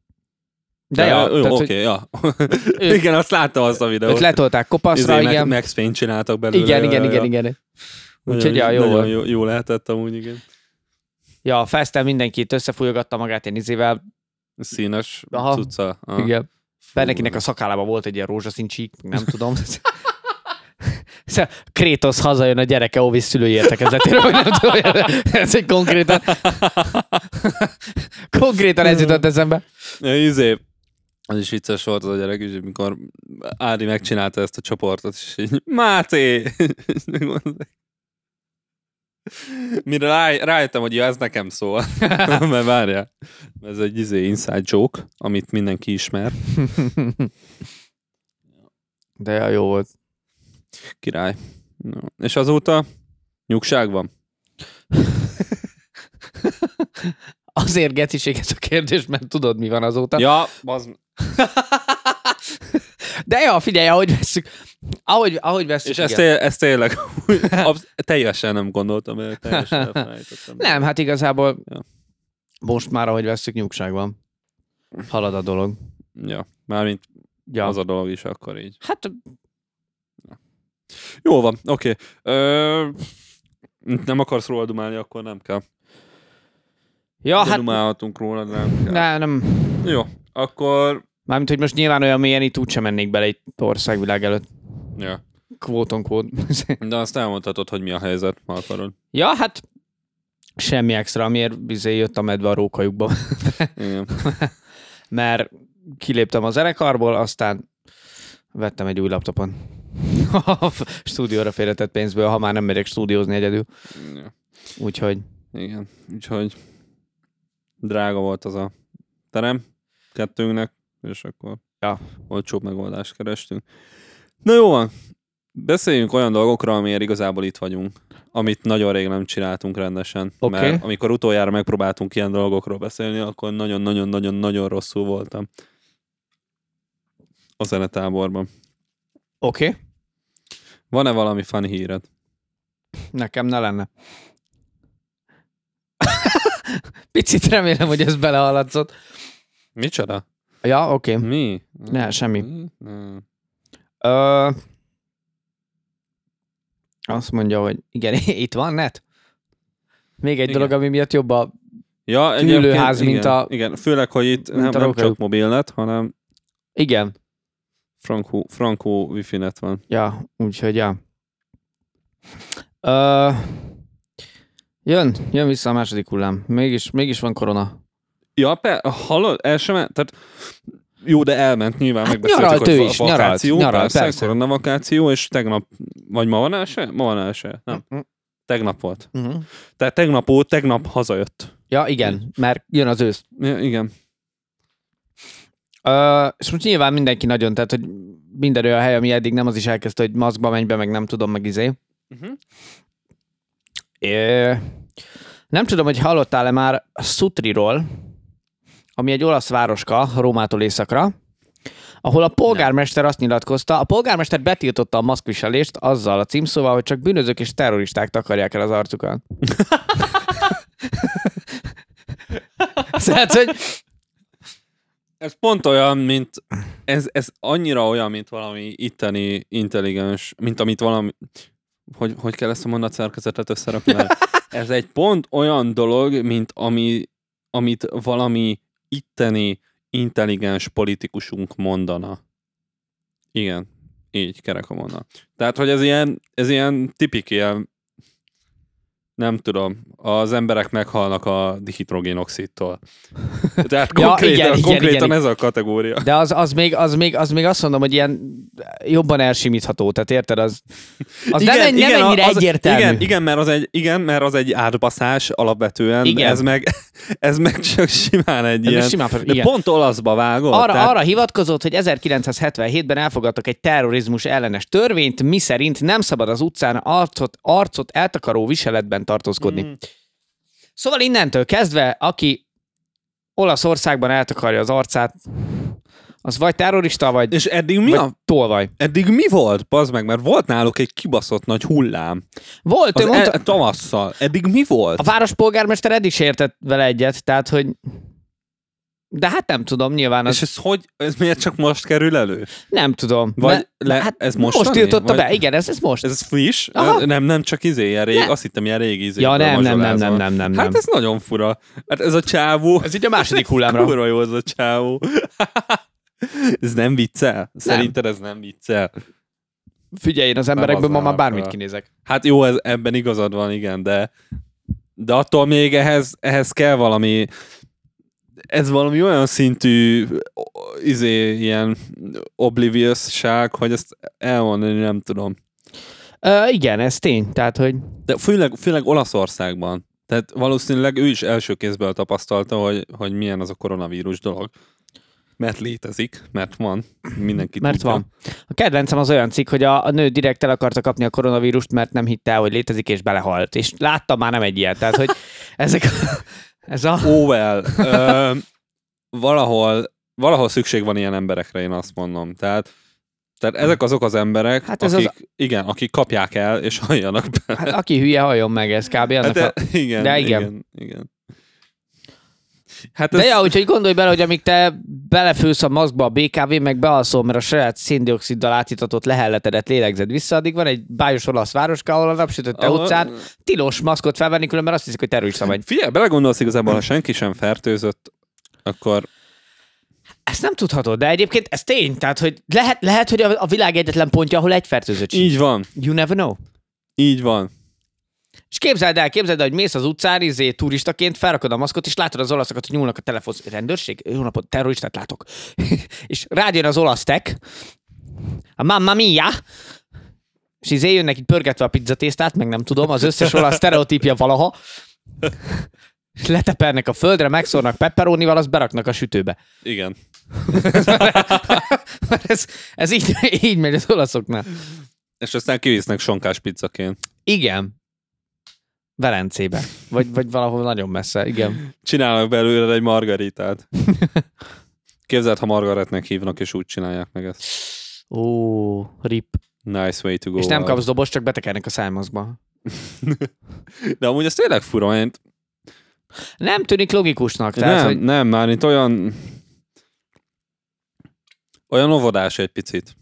De, ja, ő, tehát, oké, hogy- okay, ja. igen, azt láttam azt a videót. Izé, Őt letolták kopaszra, Max, igen. Max Payne csináltak belőle. Igen, igen, ja, ja. igen, igen. Nagyon- Úgyhogy, ja, jó nagyon volt. jó, jó lehetett amúgy, igen. Ja, a Festel mindenkit összefújogatta magát én izével. Színes Aha. cucca. Aha. Igen. Fú, Bennekinek a szakállában volt egy ilyen rózsaszín csík, nem tudom. Szóval Krétosz hazajön a gyereke óvis szülői értekezletéről, vagy nem tudom, ez egy konkrétan... konkrétan ez jutott eszembe. Ja, izé, az is vicces volt az a gyerek, és mikor Ádi megcsinálta ezt a csoportot, és így, Máté! És megmondták. Mire ráj, rájöttem, hogy ja, ez nekem szól. Mert várjál, ez egy izé inside joke, amit mindenki ismer. De ja, jó volt. Király. No. És azóta nyugság van. Azért geciség ez a kérdés, mert tudod, mi van azóta. Ja, az, De ja, figyelj, ahogy veszük, ahogy, ahogy veszük, és igen. ezt, té- ezt tényleg absz- teljesen nem gondoltam, el, teljesen elfelejtettem. Nem, hát igazából Ja. most már, ahogy veszük, nyugság van. Halad a dolog. Ja, mármint Ja. az a dolog is akkor így. Hát Jó van, oké. Ö, Nem akarsz róla dumálni, akkor nem kell. Ja, De hát Dumálhatunk róla, de nem kell. ne, nem. Jó, akkor... Mármint, hogy most nyilván olyan mélyen itt úgysem mennék bele egy országvilág előtt. Ja. Kvóton kvót. De azt elmondhatod, hogy mi a helyzet, ha akarod. ja, hát semmi extra, amiért bizé jött a medve a rókajukba. Igen. Mert kiléptem az erekarból, aztán vettem egy új laptopon. A stúdióra félretett pénzből, ha már nem megyek stúdiózni egyedül. Ja. Úgyhogy Igen. Úgyhogy drága volt az a terem kettőnknek, és akkor Ja. olcsóbb megoldást kerestünk. Na jó van, beszéljünk olyan dolgokra, amiért igazából itt vagyunk, amit nagyon rég nem csináltunk rendesen. Oké. Mert amikor utoljára megpróbáltunk ilyen dolgokról beszélni, akkor nagyon-nagyon-nagyon-nagyon rosszul voltam a zenetáborban. oké, okay. Van-e valami fan híred? nekem ne lenne. Picit remélem, hogy ez belehaladszott. Micsoda? Ja, oké. Okay. Mi? Ne, semmi. Ne. Ö, azt mondja, hogy igen, itt van net. Még egy Igen. igen. dolog, ami miatt jobb a... Ja, Tűlőház, egyébként mint igen, a- Igen, főleg, hogy itt mint nem, a nem Rock'n'Roll. csak mobilnet, hanem Igen. Frankó, Frankó wifi net van. Ja, úgyhogy ja. Ö, jön, jön vissza a második hullám. Mégis, mégis van korona. Ja, pe, hallod, el sem ment, tehát jó, de elment, nyilván hát megbeszéltük, nyaralt hogy ő va- is, nyaralt, vakáció, nyaralt, persze, persze. korona vakáció, és tegnap, vagy ma van első? Ma van első, nem, tegnap volt. Uh-huh. Tehát tegnap óta, tegnap hazajött. Ja, igen, mert jön az ősz. Ja, igen. Ö, és most nyilván mindenki nagyon, tehát hogy minden olyan hely, ami eddig nem az is elkezdte, hogy maszkba menj be, meg nem tudom, meg izé. Uh-huh. Ö, nem tudom, hogy hallottál-e már Sutriról, ami egy olasz városka Rómától északra, ahol a polgármester azt nyilatkozta, a polgármester betiltotta a maszkviselést azzal a címszóval, hogy csak bűnözők és terroristák takarják el az arcukat. Tehát, hogy Ez pont olyan, mint, ez, ez annyira olyan, mint valami itteni intelligens, mint amit valami, hogy, hogy kell ezt a mondatszerkezetet összerakni? Mert Ez egy pont olyan dolog, mint ami, amit valami itteni intelligens politikusunk mondana. Igen, így kerek a mondat. Tehát, hogy ez ilyen, ez ilyen tipik ilyen, nem tudom, az emberek meghalnak a dihidrogénoxidtól. Tehát Ja, konkrétan, igen, igen, konkrétan igen. ez a kategória. De az, az, még, az, még, az még azt mondom, hogy ilyen jobban elsimítható, tehát érted? Az, az igen, nem, egy- nem igen, ennyire az, egyértelmű. Igen, igen, mert az egy, igen, mert az egy átbaszás alapvetően, Igen. igen. Ez, meg, ez meg csak simán egy Ez ilyen. most simán fel- de igen. pont olaszba vágod. Arra, tehát, arra hivatkozott, hogy 1977-ben elfogadtak egy terrorizmus ellenes törvényt, miszerint nem szabad az utcán arcot, arcot eltakaró viseletben tartózkodni. Hmm. Mm. Szóval innentől kezdve, aki Olaszországban eltakarja az arcát, az vagy terrorista, vagy, És eddig mi, vagy a, tolvaj. eddig mi volt, bazd meg, mert volt náluk egy kibaszott nagy hullám. Volt, Az ő mondta, e, tavasszal. Eddig mi volt? A várospolgármester eddig is értett vele egyet, tehát hogy... De hát nem tudom, nyilván az... És ez hogy, ez miért csak most kerül elő? Nem tudom. Vagy Ne- le- hát ez most mostani? tiltotta Vagy- be, igen, ez, ez most. Ez, ez friss? Aha. Ö, Nem, nem csak izé, ilyen rég, Ne. azt hittem ilyen régi izé. ja, nem, nem, nem, nem, nem, nem, nem. Hát ez nagyon fura. Hát ez a csávó. Ez így a második hullámra. Kurva jó ez a csávó. ez nem viccel? Szerinted ez nem viccel? Figyelj, én az emberekből ma az már áll bármit fel. kinézek. Hát jó, ez, ebben igazad van, igen, de de attól még ehhez, ehhez kell valami ez valami olyan szintű o- izé, ilyen obliviousság, hogy ezt elmondani nem tudom. Uh, igen, ez tény, tehát hogy... De főleg, főleg Olaszországban. Tehát valószínűleg ő is első kézből tapasztalta, hogy, hogy milyen az a koronavírus dolog. Mert létezik, mert van, mindenki Mert tudja. van. A kedvencem az olyan cikk, hogy a, a nő direkt el akarta kapni a koronavírust, mert nem hitte el, hogy létezik, és belehalt. És láttam már nem egy ilyet, tehát hogy ezek... Ez a... Óvel, ö, valahol, valahol szükség van ilyen emberekre, én azt mondom. Tehát, tehát ezek azok az emberek, Hát hát ez az- akik, az... igen, akik kapják el, és halljanak be. Hát aki hülye, halljon meg, ez kb. Hát, Annak a... de, igen, de de igen. igen. igen, igen. Hát De ez, ja, úgyhogy gondolj bele, hogy amíg te belefősz a maszkba a BKV, meg bealszol, mert a saját széndioksziddal átítatott lehelletedet lélegzed vissza, addig van egy bájos olasz városka, ahol a napsütötte Ahol- Hm. utcán tilos maszkot felvenni, különben azt hiszik, hogy terrorista vagy. figyelj, belegondolsz igazából, ha senki sem fertőzött, akkor Ezt nem tudhatod, de egyébként ez tény, tehát hogy lehet, lehet hogy a, a világ egyetlen pontja, ahol egy fertőzött sincs. így van, You never know. így van. És képzeld el, képzeld el, hogy mész az utcán, izé, turistaként, felrakod a maszkot, és látod az olaszokat, hogy nyúlnak a telefonhoz. Rendőrség? Jó napot, terroristát látok. és rád jön az olasz tek, a mamma mia, és izé jönnek így pörgetve a pizzatésztát, meg nem tudom, az összes olasz sztereotípia valaha. És letepernek a földre, megszórnak pepperónival, azt beraknak a sütőbe. Igen. Mert ez, ez így, így megy az olaszoknál. És aztán kivisznek sonkás pizzaként. Igen. Velencébe. Vagy, vagy valahol nagyon messze, igen. Csinálnak belőle egy margaritát. Képzeld, ha Margaretnek hívnak, és úgy csinálják meg ezt. Ó, rip. Nice way to go. És nem out. kapsz dobos, csak betekernek a szájmazba. De amúgy ez tényleg fura, én... Nem tűnik logikusnak. Tehát, nem, nem. Hogy nem, már itt olyan... Olyan óvodás egy picit.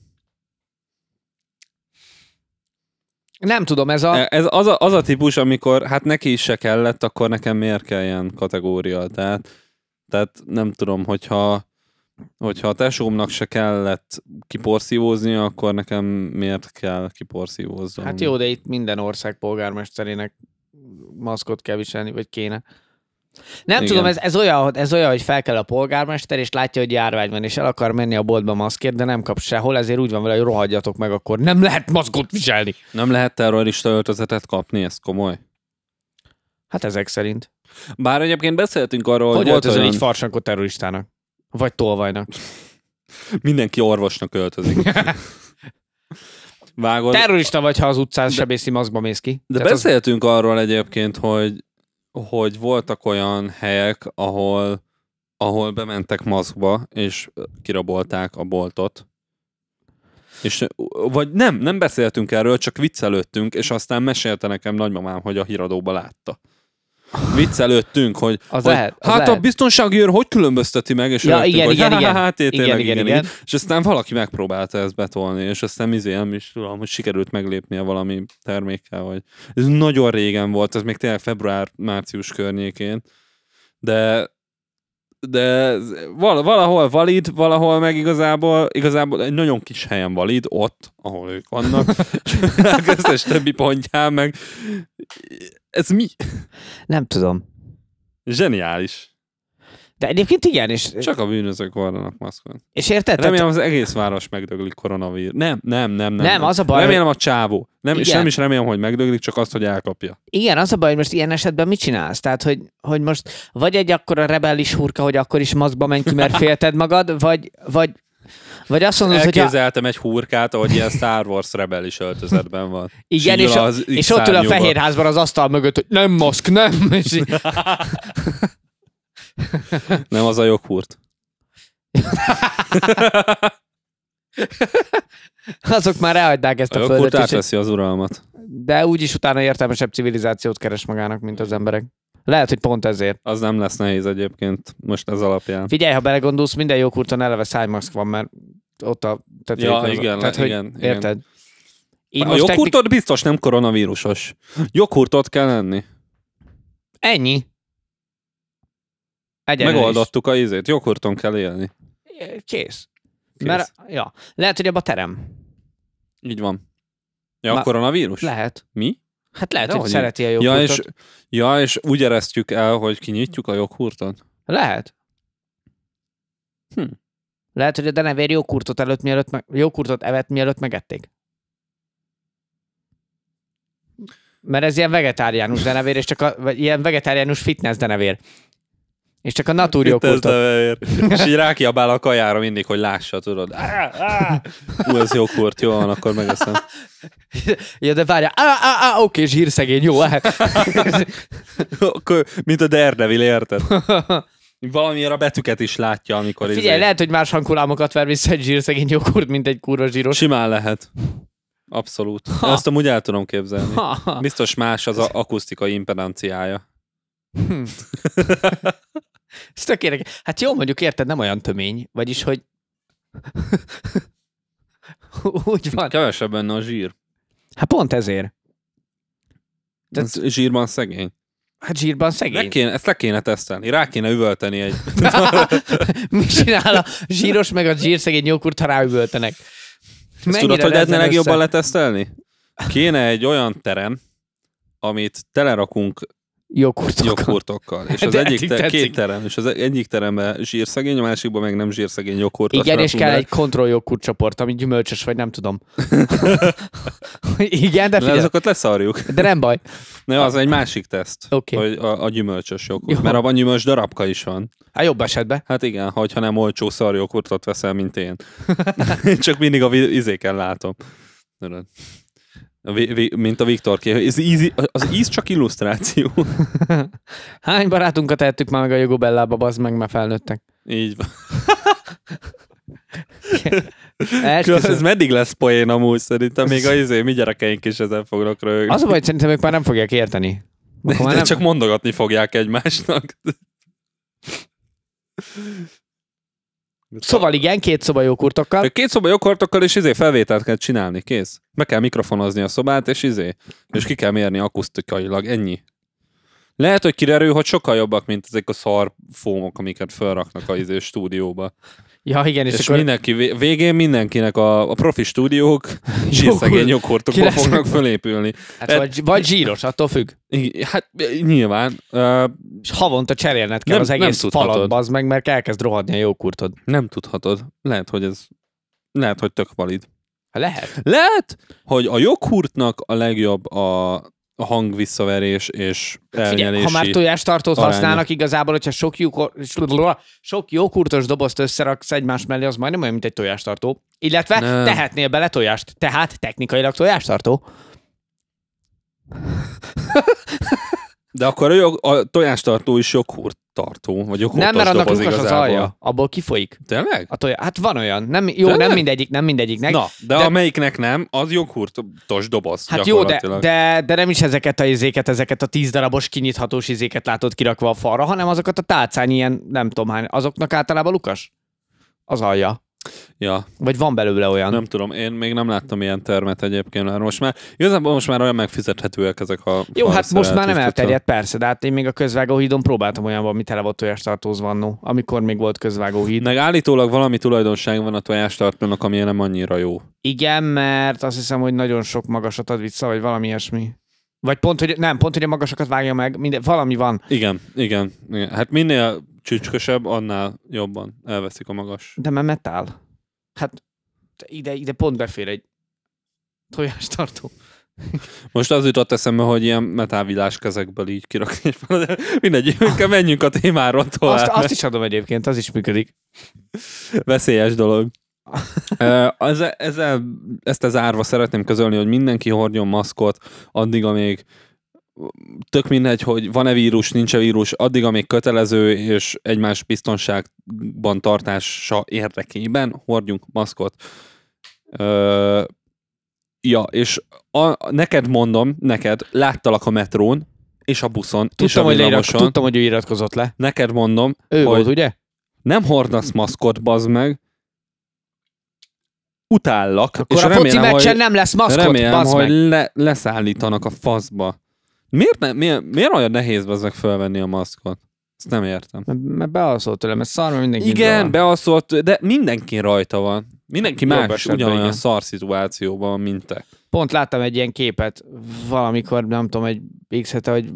nem tudom, ez a... E, Ez az a, az a típus, amikor hát neki is se kellett, akkor nekem miért kell ilyen kategória. Tehát, tehát nem tudom, hogyha hogyha a tesómnak se kellett kiporszívóznia, akkor nekem miért kell kiporszívózzam? Hát jó, de itt minden ország polgármesterének maszkot kell viselni, vagy kéne. Nem Igen. Igen. tudom, ez, ez, olyan, hogy- ez olyan, hogy fel kell a polgármester, és látja, hogy járvány van, és el akar menni a boltba maszkért, de nem kap sehol, ezért úgy van vele, hogy rohadjatok meg akkor. Nem lehet maszkot viselni. Nem lehet terrorista öltözetet kapni, ez komoly. Hát ezek szerint. Bár egyébként beszéltünk arról, Hogy, hogy, hogy volt öltözöl olyan, így farsankot terroristának? Vagy tolvajnak. mindenki orvosnak öltözik. Vágod, Terrorista vagy, ha az utcán sebészi maszkba mész ki. de Tehát az- beszéltünk arról egyébként, hogy, hogy voltak olyan helyek, ahol, ahol bementek maszkba, és kirabolták a boltot. És, vagy nem, nem beszéltünk erről, csak viccelődtünk, és aztán mesélte nekem nagymamám, hogy a híradóba látta. Viccelődtünk, hogy Az hogy, lehet, az hát lehet. a biztonsági őr hogy különbözteti meg, és Ja, rögtön, igen, hogy igen, "Ha, ha, igen. ha, hát, igen, Igen, igen, igen, igen, igen, igen. És aztán valaki megpróbálta ezt betolni, és aztán izé nem is tudom, hogy sikerült meglépnie valami termékkel, vagy ez nagyon régen volt, ez még tényleg február-március környékén, de de ez val- valahol valid, valahol meg igazából, igazából egy nagyon kis helyen valid, ott, ahol ők vannak, és a összes többi pontján meg ez mi? Nem tudom. Zseniális. De egyébként igen, és, Csak a bűnözők vannak maszkon. és érted? Tehát- Remélem az egész város megdöglik koronavírus. Nem, nem, nem, nem. Nem, az a baj, Remélem a csávó. Nem, és Igen. nem is remélem, hogy megdöglik, csak azt, hogy elkapja. Igen, az a baj, hogy most ilyen esetben mit csinálsz? Tehát, hogy, hogy most vagy egy akkora rebellis hurka, hogy akkor is maszkba menj ki, mert félted magad, vagy, vagy, vagy azt mondod, hogy ha, Elképzeltem egy hurkát, ahogy ilyen Star Wars rebelis öltözetben van. igen, így és, ül a, az és ott ül a X-szárnyúba. fehérházban az asztal mögött, hogy nem maszk, nem. És így- Nem, az a joghurt. azok már elhagynák ezt A a, földet. joghurt és egy- átveszi az uralmat. de úgyis utána értelmesebb civilizációt keres magának, mint az emberek. Lehet, hogy pont ezért. Az nem lesz nehéz egyébként most ez alapján. Figyelj, ha belegondolsz, minden jogkurton eleve szájmaszk van, mert ott a tetején. Ja, az- igen, tehát, hogy igen, igen. érted? Így a most technik- joghurtot biztos nem koronavírusos. Joghurtot kell enni. Ennyi. Egyenlő is. Megoldottuk a ízét. Joghurton kell élni. Kész. Kész. Kész. Mert, ja. Lehet, hogy abba a terem. Így van. Ja, Ma- a koronavírus? Lehet. Mi? Hát lehet, Dehogy hogy nem. szereti a Ja joghurtot. és, ja, és úgy eresztjük el, hogy kinyitjuk a joghurtot? Lehet. Hm. Lehet, hogy a denevér joghurtot, előtt, mielőtt meg, joghurtot evett, mielőtt megették. Mert ez ilyen vegetáriánus denevér, és csak a, vagy ilyen vegetáriánus fitness denevér. És csak a natúr joghurtot. És így rákiabál a kajára mindig, hogy lássa, tudod. Á, á. Ú, ez joghurt, jó van, akkor megeszem. Ja, de várja, á, á, á, oké, zsírszegény, jó, lehet. Akkor, mint a Daredevil, érted? Valamiért a betüket is látja, amikor izé- Figyelj, lehet, hogy más hangkulámokat ver vissza egy zsírszegény joghurt, mint egy kurva zsíros. Simán lehet. Abszolút. Ha. Azt amúgy el tudom képzelni. Ha, ha. Biztos más az a akusztikai impedanciája. Hm. Ez tök érdekes. Hát jó, mondjuk érted, nem olyan tömény. Vagyis, hogy... Úgy van. Kevesebb benne a zsír. Hát pont ezért. De- Ez zsírban szegény. Hát zsírban Le szegény. kéne, ezt le kéne tesztelni. Rá kéne üvölteni egy Mi csinál a zsíros meg a zsírszegény joghurt, ha ráüvöltenek? Ezt Mennyire tudod, hogy lehetne rezzen legjobban össze? letesztelni? Kéne egy olyan terem, amit telerakunk Joghurtokkal. joghurtokkal. És az De egyik eddig te- tetszik. két terem, és az egyik teremben zsírszegény, a másikban meg nem zsírszegény joghurtot. Igen, és rakunk kell bele. egy kontrolljoghurt csoport, ami gyümölcsös, vagy nem tudom. Igen, de De figyelj, azokat leszarjuk. de nem baj. Ne, az egy másik teszt, Oké. hogy a, a gyümölcsös joghurt. Jó. Mert abban gyümölcs darabka is van. Hát jobb esetben. Hát igen, hogyha nem olcsó szarjoghurtot veszel, mint én. Én Csak mindig a vi- izéken látom. Tudod. A vi- vi- mint a Viktor ké. Ez ízi- az íz csak illusztráció. Hány barátunkat tehettük már meg a jogobellába, bazd meg, mert felnőttek. Így van. Ez Esküszöm. meddig lesz poén amúgy szerintem, még a izé, mi gyerekeink is ezen fognak röhögni. Az a baj, hogy szerintem ők már nem fogják érteni. Akkor de már nem... csak mondogatni fogják egymásnak. Szóval igen, két szoba jókurtokkal. Két szoba joghurtokkal és izé felvételt kell csinálni, kész. Be kell mikrofonozni a szobát, és izé, és ki kell mérni akusztikailag, ennyi. Lehet, hogy kiderül, hogy sokkal jobbak, mint ezek a szar fómok, amiket felraknak a izé stúdióba. Ja, igen, és, És, és akkor mindenki, vé- végén mindenkinek a, a profi stúdiók zsírszegény joghurtokba Ki lesz- fognak fölépülni. hát vagy, vagy zsíros, attól függ. I- Hát nyilván, ö, És havonta cserélned kell Nem- nem, az egész nem nem tudhatod. falat, bazd meg, mert elkezd rohadni a jókurtod. nem tudhatod. Lehet, hogy ez lehet, hogy tök valid. Ha lehet. Hát Lehet, hogy a joghurtnak a legjobb a, a hangvisszaverés és Hát Figyelj, ha már elnyelési. tojástartót aránya. használnak, igazából, hogyha sok, jókor, sok jókurtos dobozt összeraksz egymás mellé, az majdnem olyan, mint egy tojástartó. Illetve Nem. nem. tehetnél bele tojást. Tehát technikailag tojástartó. De akkor a, jog, a tojástartó is joghurt tartó, vagy joghurtos nem, mert annak doboz lyukas az igazából. alja. Abból kifolyik. Tényleg? A tojá... Hát van olyan. Nem, jó, Tényleg? nem mindegyik, nem mindegyiknek. Na, de, de de- amelyiknek nem, az joghurtos doboz Hát jó, de, gyakorlatilag. de, de nem is ezeket a izéket, ezeket a tíz darabos kinyithatós izéket látod kirakva a falra, hanem azokat a tálcány ilyen, nem tudom hány, azoknak általában lukas? Az alja. Ja. Vagy van belőle olyan? Nem tudom, én még nem láttam ilyen termet egyébként, mert most már, igazából most már olyan megfizethetőek ezek a... Jó, hát most már nem felszerelés, elterjedt, persze, de hát én még a közvágóhídon próbáltam olyan valami tele volt tojástartóz vannó, amikor még volt közvágóhíd. Meg állítólag valami tulajdonság van a tojástartónak, ami nem annyira jó. Igen, mert azt hiszem, hogy nagyon sok magasat ad vissza, vagy valami ilyesmi. Vagy pont, hogy nem, pont, hogy a magasakat vágja meg, minden, valami van. Igen, igen. igen. Hát minél csücskösebb, annál jobban elveszik a magas. De már metál. Hát ide, ide pont befér egy tojástartó. Most az jutott eszembe, hogy ilyen metálvilás kezekből így kirakni. de Mindegy, inkább menjünk a témáról tovább. Azt, azt is adom egyébként, az is működik. Veszélyes dolog. Ö, az, ezzel, ezt az árva szeretném közölni, hogy mindenki hordjon maszkot, addig, amíg tök mindegy, hogy van-e vírus, nincs-e vírus, addig, amíg kötelező és egymás biztonságban tartása érdekében hordjunk maszkot. Ö, ja, és a, neked mondom, neked, láttalak a metrón, és a buszon, és a Tudtam, hogy, leirak, villamoson. tudtam hogy ő iratkozott le. Neked mondom, Ő Hogy? hogy? volt, ugye? nem hordasz maszkot, bazd meg, utállak, Akkor és a foci remélem, meccsen hogy, nem lesz maszkot, remélem, bazd hogy meg. le, leszállítanak a faszba. Miért, ne, miért, miért olyan nehéz bazd meg felvenni a maszkot? Ezt nem értem. M- Mert bealszolt tőlem, ez szar, mert mindenki Igen, be... beaszolt, de mindenki rajta van. Mindenki Jobb más esetben ugyanolyan igen. szar szituációban, van, mint te. Pont láttam egy ilyen képet valamikor, nem tudom, egy x hete, hogy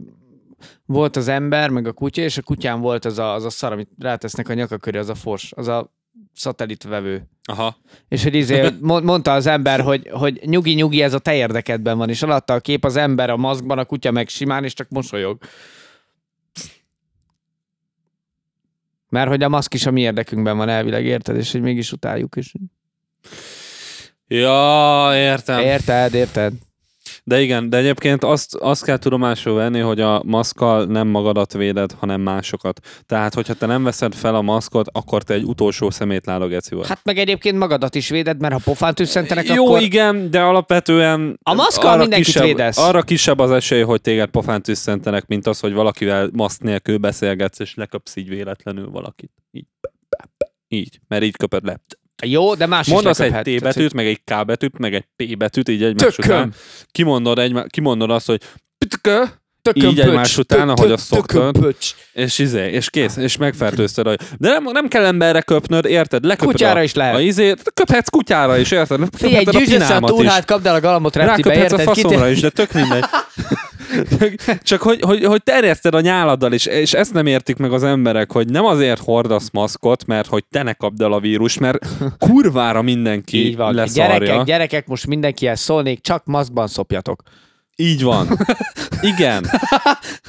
volt az ember, meg a kutya, és a kutyán volt az a, az a szar, amit rátesznek a nyaka köré, az a fos, az a szatellitvevő. Aha. És hogy izé, mo- mondta az ember, hogy, hogy nyugi, nyugi, ez a te érdekedben van, és alatta a kép az ember a maszkban, a kutya meg simán, és csak mosolyog. Mert hogy a maszk is a mi érdekünkben van elvileg, érted? És hogy mégis utáljuk is. Ja, értem. Érted, érted? De igen, de egyébként azt, azt kell tudomásul venni, hogy a maszkkal nem magadat véded, hanem másokat. Tehát, hogyha te nem veszed fel a maszkot, akkor te egy utolsó szemétláda geci vagy. Hát meg egyébként magadat is véded, mert ha pofán tüsszentenek, Jó, akkor... igen, de alapvetően A maszkkal mindenkit kisebb, védesz. arra kisebb az esély, hogy téged pofán tüsszentenek, mint az, hogy valakivel maszk nélkül beszélgetsz, és leköpsz így véletlenül valakit. Így. Így, mert így köpöd le. Jó, de más Mondasz is egy leköphet. T betűt, meg egy K betűt, meg egy P betűt, így egymás Tököm. után. Kimondod, egymá- kimondod azt, hogy pütkö, Tökön így pöcs, egymás után, tök- ahogy tök- azt szoktad. tökön pöcs. És izé, és kész, és megfertőzted, hogy de nem, nem kell emberre köpnöd, érted? Leköpöd Kutyára a, is lehet. a izé, köphetsz kutyára is, érted? Figyelj, Köpheted gyűjtsd össze a pinámat is. túrát, kapd el a galambot reptibe, Ráköphetsz a érted? Kit- faszomra is, de tök mindegy. Csak- Csak hogy, hogy, hogy terjeszted a nyáladdal, és, és ezt nem értik meg az emberek, hogy nem azért hordasz maszkot, mert hogy te ne kapd el a vírus, mert kurvára mindenki Így van. leszarja. Gyerekek, gyerekek, most mindenki el szólnék, csak maszkban szopjatok. Így van. Igen.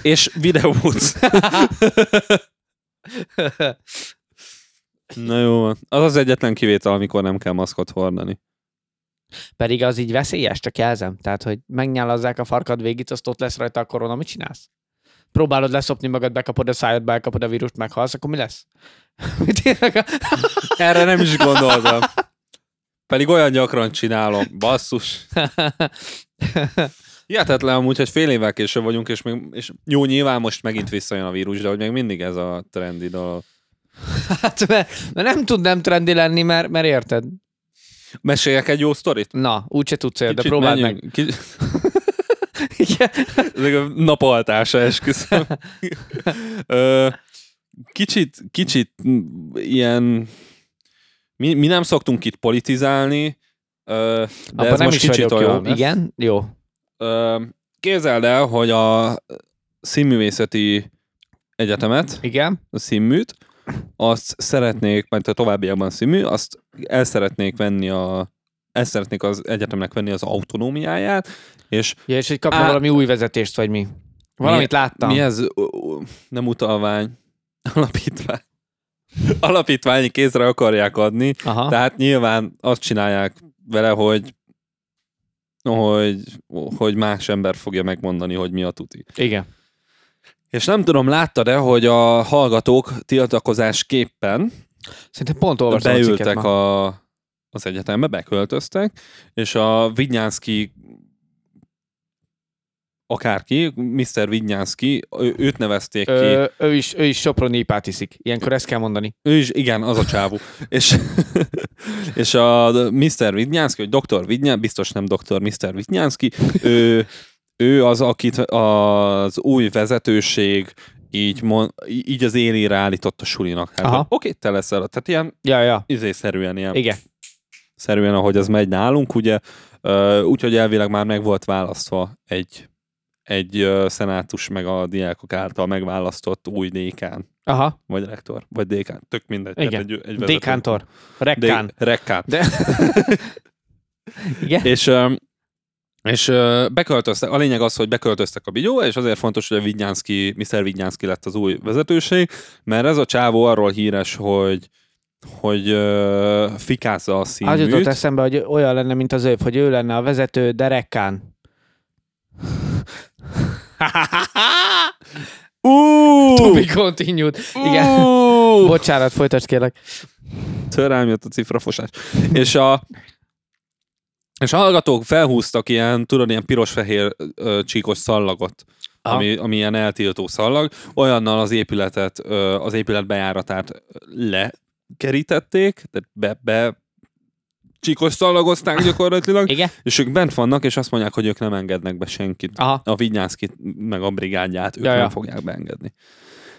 És videót. Na jó, van. az az egyetlen kivétel, amikor nem kell maszkot hordani. Pedig az így veszélyes, csak jelzem. Tehát, hogy megnyálazzák a farkad végig, azt ott lesz rajta a korona, mit csinálsz? Próbálod leszopni magad, bekapod a szájadba, elkapod a vírust, meghalsz, akkor mi lesz? Tényleg, Erre nem is gondoltam. Pedig olyan gyakran csinálom. Basszus. Hihetetlen amúgy, hogy fél évvel később vagyunk, és, még, és jó, nyilván most megint visszajön a vírus, de hogy még mindig ez a trendi dolog. hát, mert, mert nem tud nem trendi lenni, mert, mert érted. Meséljek egy jó sztorit? Na, úgyse tudsz, de próbáld meg. menjünk- Ki... Ezek a napaltása, esküszöm. Ö, kicsit, kicsit m- ilyen... Mi, mi nem szoktunk itt politizálni, ö, de Abban ez nem most is kicsit vagyok olyan. jó. lesz. Igen? Jó. Ö, képzeld el, hogy a színművészeti egyetemet, Igen? a színműt, azt szeretnék, mert a továbbiakban színmű, azt el szeretnék venni a el szeretnék az egyetemnek venni az autonómiáját, és Ja, és hogy kapna Á- valami új vezetést, vagy mi? Valamit láttam. mi ez Ö, ö, nem utalvány, alapítvány. Alapítványi kézre akarják adni, Aha. tehát nyilván azt csinálják vele, hogy hogy, hogy más ember fogja megmondani, hogy mi a tuti. Igen. És nem tudom, láttad-e, hogy a hallgatók tiltakozásképpen Szerintem pont olvastam a cikket beültek ma. a, az egyetembe, beköltöztek, és a Vidnyánszki akárki, Mr. Vidnyánszki, ő, őt nevezték ki. Ö, ő, is, ő is Soproni ipát iszik. Ilyenkor ezt kell mondani. Ő is, igen, az a csávú. és, és a Mr. Vidnyánszki, vagy Dr. Vidnyánszki, biztos nem Dr. Mr. Vidnyánszki, ő, ő az, akit az új vezetőség így, mond, így az élére állított a sulinak. Hát, Aha. hogy Oké, te leszel. Tehát ilyen Ja, ja. izészerűen, ilyen Igen. szerűen, ahogy az megy nálunk, ugye, ö, úgyhogy elvileg már meg volt választva egy, egy ö, szenátus meg a diákok által megválasztott új dékán, Aha. vagy rektor, vagy dékán, tök mindegy. Igen. tehát Egy, egy vezető. Dékántor. Dé- Rekkán. Rekkán. De... Igen? És, ö, és ö, beköltöztek, a lényeg az, hogy beköltöztek a bigyóba, és azért fontos, hogy a Vidnyánszki, Mr. Vidnyánszki lett az új vezetőség, mert ez a csávó arról híres, hogy hogy ö, fikázza a Az jutott színműt. eszembe, hogy olyan lenne, mint az őv, hogy ő lenne a vezető, de rekkán. To be continued. Igen. Igen. Bocsánat, folytasd kérlek. Tör rám jött a cifrafosás. És a és a hallgatók felhúztak ilyen, tudod, ilyen piros-fehér ö, csíkos szallagot, Aha. ami, ami ilyen eltiltó szallag, olyannal az épületet, ö, az épület bejáratát lekerítették, tehát be, be csíkos szallagozták gyakorlatilag, Igen? és ők bent vannak, és azt mondják, hogy ők nem engednek be senkit Aha. a Vinyánszkit, meg a brigádját, ők Ja, ja, nem ja. fogják beengedni.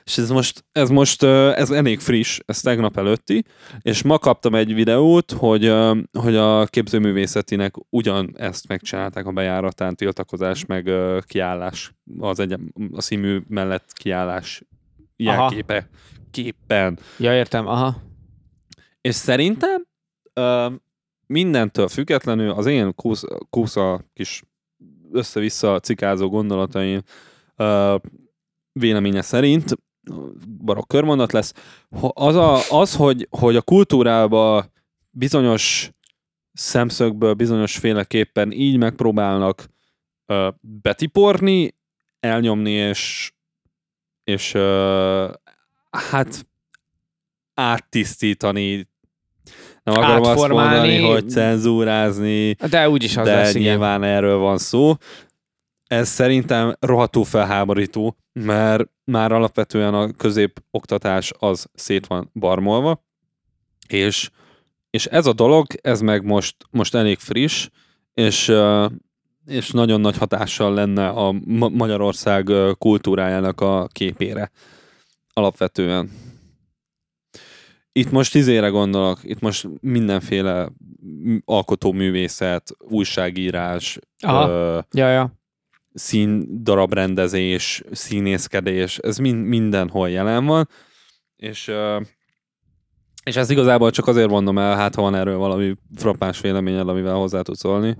És ez most, ez most, ö, ez elég friss, ez tegnap előtti, és ma kaptam egy videót, hogy, ö, hogy a képzőművészetinek ugyanezt megcsinálták a bejáratán, tiltakozás, meg ö, kiállás, az egy, a színmű mellett kiállás Aha. jelképe, képen. Ja, értem, aha. És szerintem ö, mindentől függetlenül az én kúsz, kúsza kis össze-vissza cikázó gondolataim ö, véleménye szerint, barok körmondat lesz, ho- az, a, az hogy, hogy a kultúrába bizonyos szemszögből bizonyos féleképpen így megpróbálnak ö, betiporni, elnyomni, és, és ö, hát áttisztítani. Nem akarom azt Átformálni. mondani, hogy cenzúrázni, De úgyis az de lesz, igen. nyilván erről van szó. Ez szerintem rohadtul felháborító, mert már alapvetően a középoktatás az szét van barmolva, és, és ez a dolog, ez meg most, most elég friss, és, ö, és nagyon nagy hatással lenne a Ma- Magyarország ö, kultúrájának a képére alapvetően. Itt most izére gondolok, itt most mindenféle m- alkotóművészet, újságírás, Aha. ö, Ja, ja. színdarabrendezés, színészkedés, ez mind, mindenhol jelen van, és, ö, és ezt igazából csak azért mondom el, hát ha van erről valami frappáns véleményed, amivel hozzá tudsz szólni.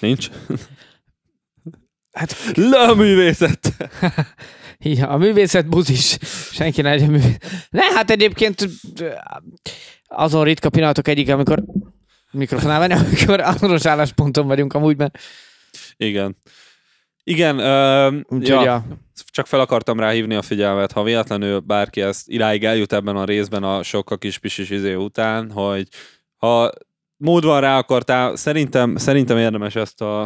Nincs? Hát Le a művészet! ja, a művészet buzis. Senki ne legyen művészet. Ne, hát egyébként azon ritka pillanatok egyik, amikor mikrofonál venni, amikor azonos állásponton vagyunk amúgy, mert Igen. Igen, ö, úgyhogy ja. ja, Ja, csak fel akartam rá hívni a figyelmet, ha véletlenül bárki ezt iráig eljut ebben a részben a sokkal kis pisis izé után, hogy ha mód van rá, akkor tá, szerintem, szerintem érdemes ezt a,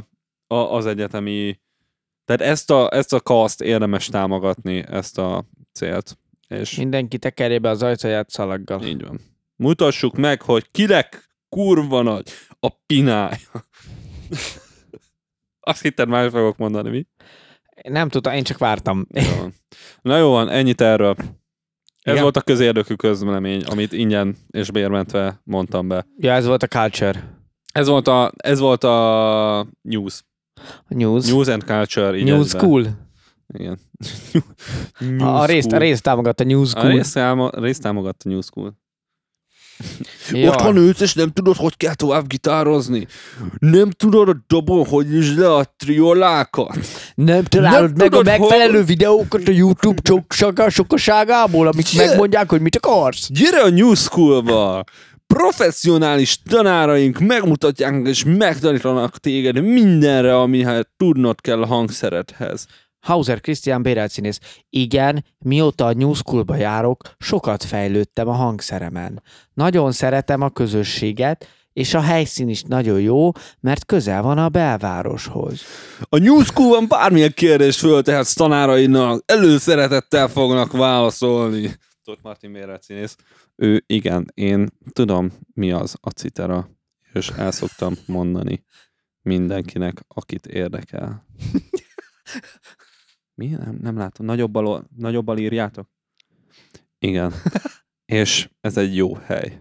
a, az egyetemi, tehát ezt a, ezt a kaszt érdemes támogatni, ezt a célt. És mindenki tekerje be az ajtaját szalaggal. így van. Mutassuk meg, hogy kinek kurva nagy a pinája. Azt hitted már fogok mondani, mi? Nem tudtam, én csak vártam. Jó van. Na jó van, ennyit erről. Ez Igen. volt a közérdekű közlemény, amit ingyen és bérmentve mondtam be. Ja, ez volt a Culture Ez volt a, ez volt a news. News. News and culture. így New ez be. School. Igen. A, a, részt, a részt támogatta New A School. rész, támo- rész támogatta New School. Ja. ülsz, és nem tudod, hogy kell tovább gitározni. Nem tudod a dobon, hogy is le a triolákat. Nem találod Nem meg tudod, a megfelelő hol- videókat a YouTube sok- soka- sokaságából, amik Gyere! megmondják, hogy mit akarsz? Gyere a New School-ba! Professzionális tanáraink megmutatják és megtanítanak téged mindenre, amihez tudnod kell a hangszeredhez. Hauser Krisztián Bérel színész. Igen, mióta a New School-ba járok, sokat fejlődtem a hangszeremen. Nagyon szeretem a közösséget, és a helyszín is nagyon jó, mert közel van a belvároshoz. A New School-ban bármilyen kérdést föltehetsz tanárainak, előszeretettel fognak válaszolni. Tóth Martin Bérel színész. Ő igen, én tudom, mi az a citera, és el szoktam mondani mindenkinek, akit érdekel. Mi? Nem, nem látom. Nagyobbal, ol- nagyobbal írjátok? Igen. És ez egy jó hely.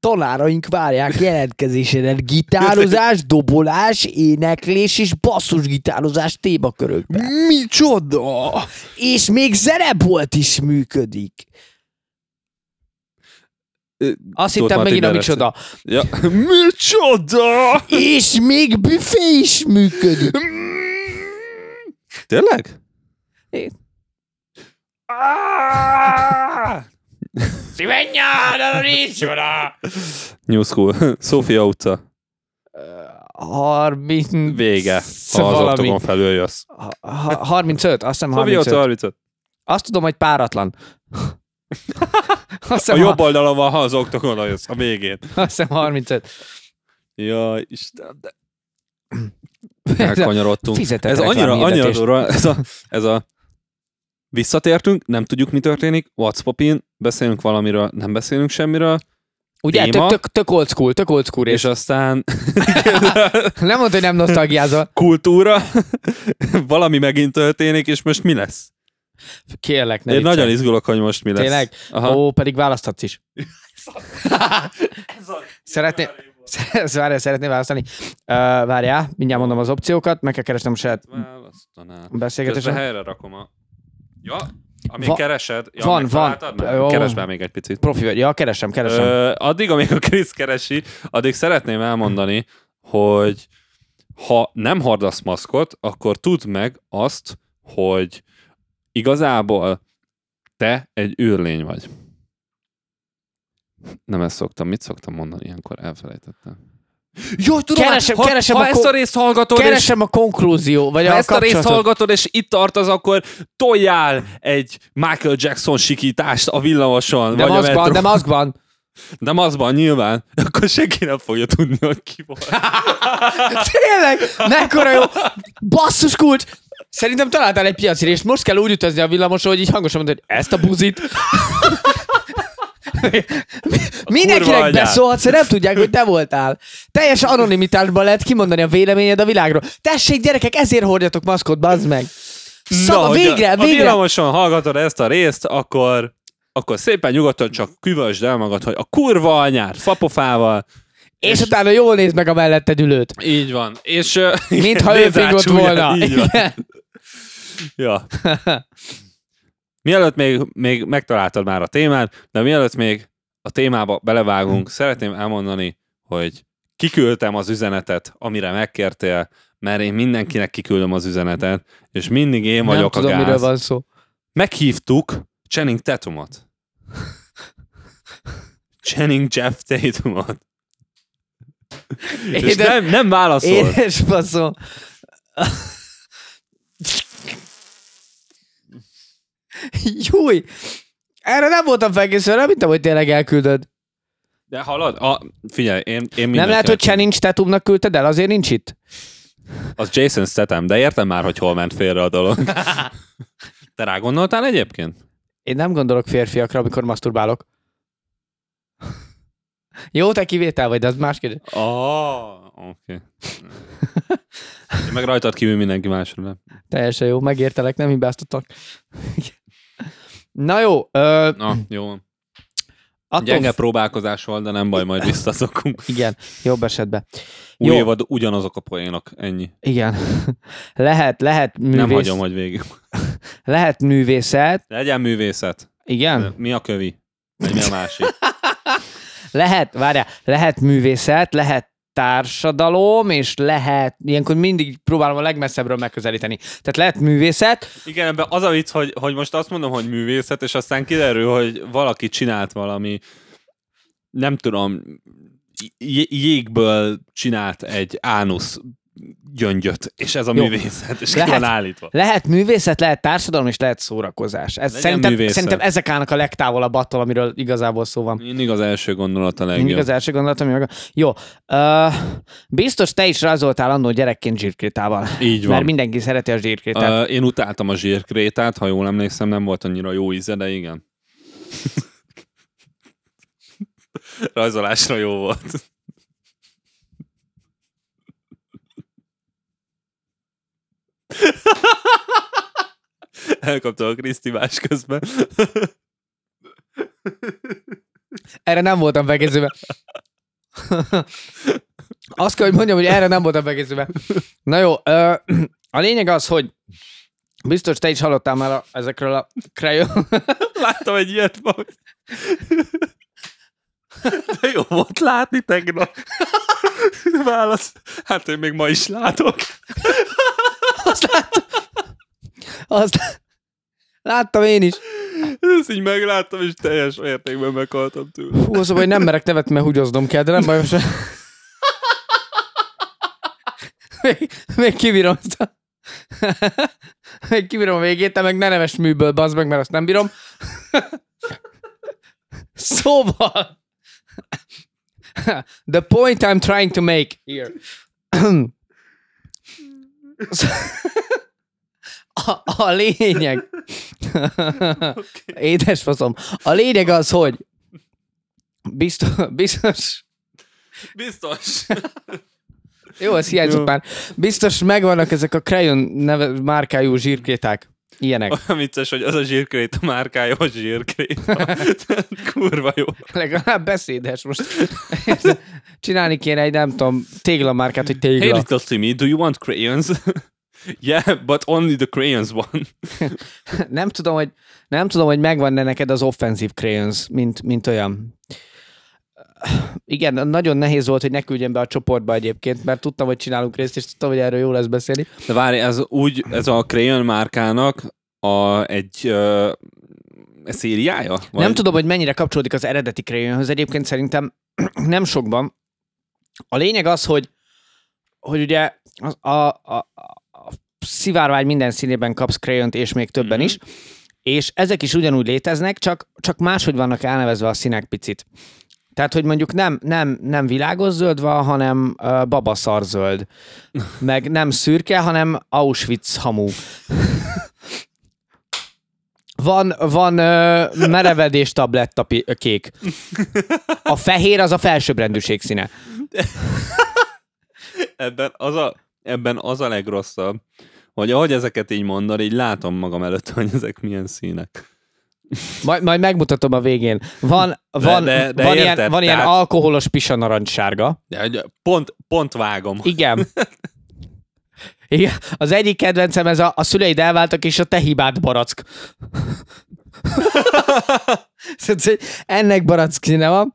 Tanáraink várják jelentkezésedet gitározás, dobolás, éneklés és basszusgitározás témakörökben. Micsoda! És még zenebolt is működik. Ö, Tóth Azt hittem Martin megint a Berec. micsoda. Ja. Micsoda! És még büfé is működik. Mm. Tényleg? É- Ah! New School. Sofia utca. 30... Vége. Ha az Szóval valami. oktogon felül jössz. Ha- ha- 35, azt hiszem Sofia utca 35. 35. Azt tudom, hogy páratlan. Azt A hiszem, jobb oldalon van, ha az oktogon jössz. A végén. azt hiszem 35. Jaj, Isten, de... Elkanyarodtunk. Fizetett Ez annyira, reklámhirdetés. annyira durva, ez a, ez a visszatértünk, nem tudjuk, mi történik, what's popin, beszélünk valamiről, nem beszélünk semmiről, Ugye, téma. tök, tök, tök old school, tök old school. és És aztán nem mondta, hogy nem nosztalgiázol. kultúra, valami megint történik, és most mi lesz? Kérlek, ne Én viccelj. nagyon izgulok, hogy most mi lesz. Tényleg? Aha. Ó, pedig választhatsz is. Szeretné... Várjál, szeretné választani. Uh, várjál, mindjárt mondom az opciókat, meg kell keresnem a saját Választanál. Közben beszélgetésem. helyre rakom a... Ja, amíg Va- keresed, ja, van, megtaláltad van. már? Jó. Keresd már még egy picit. Profi vagy. Ja, keresem, keresem. Ö, addig, amíg a Krisz keresi, addig szeretném elmondani, hogy ha nem hordasz maszkot, akkor tudd meg azt, hogy igazából te egy űrlény vagy. Nem ezt szoktam. Mit szoktam mondani ilyenkor? Elfelejtettem. Jaj, tudom, Keresem- hát, ha- keresem ha a ezt a ko- részt hallgatod, keresem a konklúzió, vagy ha a ezt a részt kapcsolatot. hallgatod, és itt tartasz, akkor toljál egy Michael Jackson sikítást a villamoson, De vagy a maszkban, metrón. de maszkban. De mazban nyilván, akkor senki nem fogja tudni, hogy ki volt. Tényleg? Mekkora jó. Basszus kulcs. Szerintem találtál egy piaci részt. Most kell úgy ütözni a villamoson, hogy így hangosan mondod, hogy ezt a buzit. kurva Mindenkinek anyád. beszólhatsz, de nem tudják, hogy te voltál. Teljes anonimitásban lehet kimondani a véleményed a világról. Tessék, gyerekek, ezért hordjatok maszkot, bazd meg. Szava, hogyha végre, Ha végre. villamoson hallgatod ezt a részt, akkor, akkor szépen nyugodtan csak küvösd el magad, hogy a kurva anyád, fapofával. És utána jól nézd meg a melletted ülőt. Így van. És, ö, Mintha nézd ő rá fingott csúnyán, volna. Így van. Igen. Ja. Mielőtt még, még megtaláltad már a témát, de mielőtt még a témába belevágunk, szeretném elmondani, hogy kiküldtem az üzenetet, amire megkértél, mert én mindenkinek kiküldöm az üzenetet, és mindig én vagyok Nem tudom, a gáz. miről van szó. Meghívtuk Channing Tatumot. Channing Jeff Tatumot. És Édes- nem, nem válaszol. Édes faszom. Júj! Erre nem voltam felkészülve, nem hittem, hogy tényleg elküldöd. De hallod? A, figyelj, én, én nem mindenkinek lehet, hogy Channing Tatumnak küldted el, azért nincs itt. Az Jason Statham, de értem már, hogy hol ment félre a dolog. Te rá gondoltál egyébként? Én nem gondolok férfiakra, amikor masturbálok. Jó, te kivétel vagy, de az más kérdés. Oh, Oké. Okay. meg rajtad kívül mindenki másra. nem? Teljesen jó, megértelek, nem hibáztatok. Na jó, ö, Na, jó van. attól Gyenge próbálkozás volt, de nem baj, majd visszaszokunk. Igen, jobb esetben. Új Jó. évad ugyanazok a poénok, ennyi. Igen. Lehet, lehet művész, Nem hagyom, hogy végig. lehet művészet, Legyen művészet. igen, Mi a kövi? Vagy mi a másik? lehet, várjál, lehet művészet, lehet társadalom, és lehet, ilyenkor mindig próbálom a legmesszebbről megközelíteni. Tehát lehet művészet, Igen, ebben az a vicc, hogy, hogy most azt mondom, hogy művészet, és aztán kiderül, hogy valaki csinált valami, nem tudom, j- jégből csinált egy ánusz gyöngyöt, és ez a Jó. művészet, és ki Lehet. van állítva. lehet művészet, lehet társadalom, és lehet szórakozás. Ez Legyen szerintem, művészet. szerintem ezek állnak a legtávolabb attól, amiről igazából szó van. Mindig az első gondolat a Mindig legjobb. az első gondolatom, ami meg... Jó. Uh, biztos te is rajzoltál annó gyerekként zsírkrétával. Így Mert van. mindenki szereti a zsírkrétát. Ö, én utáltam a zsírkrétát, ha jól emlékszem, nem volt annyira jó íze, de igen. Rajzolásra jó volt. Elkapta a Kriszti más közben. Erre nem voltam begézőve. Azt kell, hogy mondjam, hogy erre nem voltam begézőve. Na jó, ö, a lényeg az, hogy biztos te is hallottál már a, ezekről a krajon. Láttam egy ilyet ma. De jó volt látni tegnap. Válasz. Hát én még ma is látok. Azt láttam én is. Ezt így megláttam, és teljes értékben meghaltam tőle. Hú, szóval, hogy nem merek nevetni, mert húgyoznom kell, de nem baj, most... Még, még kibírom ezt a... Még kibírom a végét, te meg ne neves műből, bazd meg, mert azt nem bírom. Szóval... The point I'm trying to make here. A, a lényeg. Édes faszom. A lényeg az, hogy Biztos, biztos, Biztos. jó, ez hiányzott Jó. már. Biztos megvannak ezek a Crayon neve, márkájú zsírkéták. Ilyenek. Olyan vicces, hogy az a zsírkrét a márkája, a zsírkrét. Kurva jó. Legalább beszédes most. Csinálni kéne egy, nem tudom, téglamárkát, hogy Hey tégla. little Timmy, do you want crayons? yeah, but only the crayons one. Nem tudom, hogy, nem tudom, hogy megvan-e neked az offenzív Crayons, mint, mint olyan. Igen, nagyon nehéz volt, hogy ne küldjem be a csoportba egyébként, mert tudtam, hogy csinálunk részt, és tudtam, hogy erről jó lesz beszélni. De várj, ez úgy, ez a crayon márkának a, egy ö, szériája? Vagy? Nem tudom, hogy mennyire kapcsolódik az eredeti Crayonhöz, egyébként szerintem nem sokban. A lényeg az, hogy, hogy ugye az- a, a, a szivárvány minden színében kapsz Crayont, és még többen Mhm. is, és ezek is ugyanúgy léteznek, csak, csak máshogy vannak elnevezve a színek picit. Tehát, hogy mondjuk nem, nem, nem világos zöld van, hanem uh, babaszar zöld. Meg nem szürke, hanem Auschwitz hamú. Van, van ö, merevedés tabletta pi- ö, kék. A fehér az a felsőbbrendűség színe. Ebben az a, ebben az a legrosszabb, hogy ahogy ezeket így mondod, így látom magam előtt, hogy ezek milyen színek. Majd, majd megmutatom a végén. Van, van, de- de van, érted, ilyen, van ilyen tehát- alkoholos pisa narancssárga. De hogy pont, pont vágom. Igen. Igen. Az egyik kedvencem ez a, a szüleid elváltak, és a te hibád barack. Szóval, hogy Ennek barack színe van.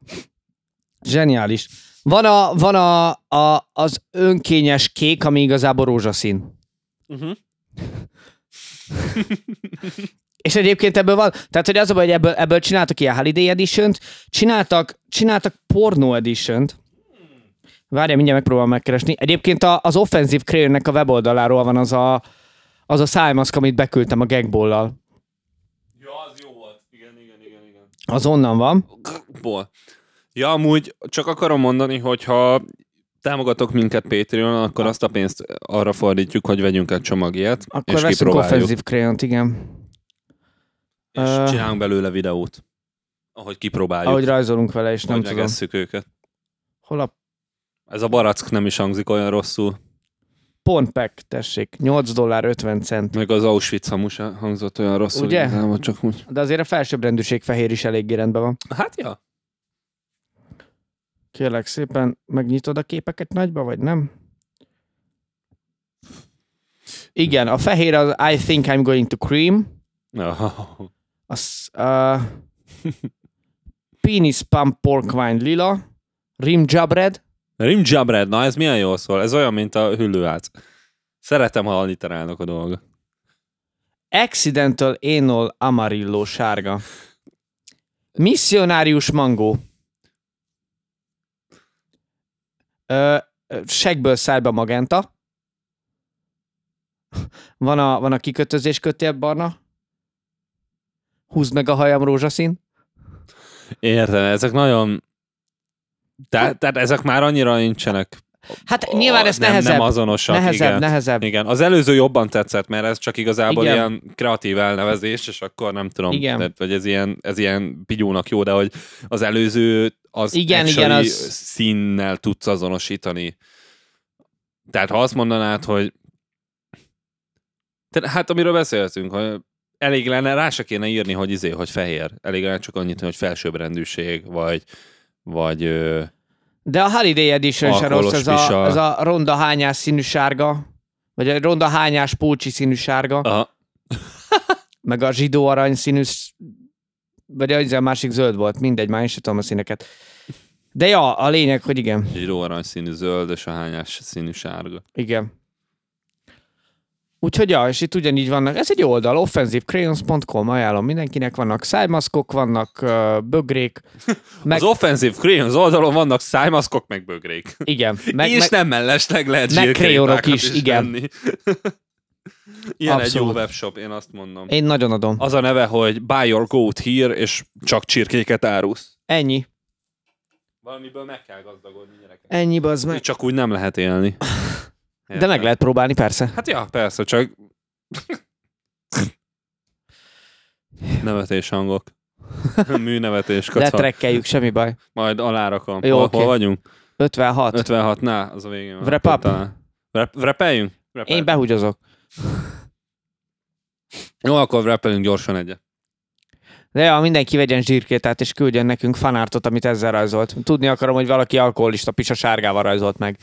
Zseniális. Van, a, van a, a, az önkényes kék, ami igazából rózsaszín. Uh-huh. És egyébként ebből van, tehát hogy az a baj, hogy ebből, ebből csináltak ilyen Holiday edition csináltak, csináltak porno edition Várjál, mindjárt megpróbálom megkeresni. Egyébként a, az offenzív Crayonnek a weboldaláról van az a, az a szájmaszk, amit beküldtem a gagbollal. Ja, az jó volt. Igen, igen, igen, igen. Az onnan van. Ból. Ja, amúgy csak akarom mondani, hogyha támogatok minket Patreon, akkor azt a pénzt arra fordítjuk, hogy vegyünk egy csomag ilyet, Akkor és veszünk kipróbáljuk, offenzív Crayont, igen. és Ö. csinálunk belőle videót, ahogy kipróbáljuk, Ahogy ahogy, rajzolunk vele, és nem hogy tudom. megesszük őket. Hol a Ez a barack nem is hangzik olyan rosszul. Ponpek, tessék, 8 dollár 50 cent. Meg az Auschwitz hamus hangzott olyan rosszul. Ugye? Igazából csak úgy. De azért a felsőbbrendűség fehér is eléggé rendben van. Hát ja. Kérlek szépen, megnyitod a képeket nagyba, vagy nem? Igen, a fehér az I think I'm going to cream. Aha. A sz- a penis pump pork wine lila. Rim job red. Rim job red, na ez milyen jól szól. Ez olyan, mint a hüllőác. Szeretem, ha alliterálnak a dolgok. Accidental anal amarillo sárga. Missionárius mangó. Ö, ö, segből szájba magenta. Van a, van a kikötözés kötél barna. Húzd meg a hajam rózsaszín. Értem, ezek nagyon... Tehát, tehát ezek már annyira nincsenek. Hát nyilván ez nem, nehezebb. Nem azonosak, nehezebb, igen. nehezebb. Igen, az előző jobban tetszett, mert ez csak igazából Igen. igen. ilyen kreatív elnevezés, és akkor nem tudom, Igen. Tehát, vagy ez ilyen, ez ilyen pigyónak jó, de hogy az előző az Igen, actually igen, az- színnel tudsz azonosítani. Tehát ha azt mondanád, hogy Te, hát amiről beszéltünk, hogy elég lenne, rá se kéne írni, hogy izé, hogy fehér. Elég lenne csak annyit, hogy felsőbbrendűség, vagy vagy ö, De a Holiday Edition se Alkoholos rossz, ez a, pisa. ez a ronda hányás színű sárga, vagy a ronda hányás pulcsi színű sárga, a, meg a zsidó arany színű, sz- vagy az a másik zöld volt, mindegy, már én sem tudom a színeket. De ja, a lényeg, hogy igen, egy róarany színű zöld, és a hányás színű sárga. igen. Úgyhogy ja, és itt ugyanígy vannak, ez egy oldal, offensivecrayons.com, ajánlom mindenkinek, vannak szájmaszkok, vannak ö, bögrék, meg, Meg... Az offensive Creams oldalon vannak szájmaszkok, meg bögrék. igen, meg, Meg, és meg, meg... nem mellesleg lehet meg zsírkrétákat krayonok is, igen. venni. Ilyen Abszolút. egy jó webshop, én azt mondom. én nagyon adom. Az a neve, hogy buy your goat here, és csak csirkéket árulsz. Ennyi, Valamiből meg kell gazdagodni, gyerekek. ennyi bazd meg. Így Csak úgy nem lehet élni. De meg lehet próbálni, persze. Hát ja, persze, csak... Nevetés hangok. Műnevetés, kaca. Letrekkeljük, semmi baj. Majd alárakom. Jó, hol, oké. hol vagyunk? 56. 56-nál, az Hát a végén. van. Wrap up. Talán. Wrap- Wrapeljünk? Wrapeljünk. Én behugyozok. Jó, akkor wrapeljünk gyorsan egyet. De ja, mindenki vegyen zsírkétát, és küldjön nekünk fanártot, amit ezzel rajzolt. Tudni akarom, hogy valaki alkoholista pisa sárgával rajzolt meg.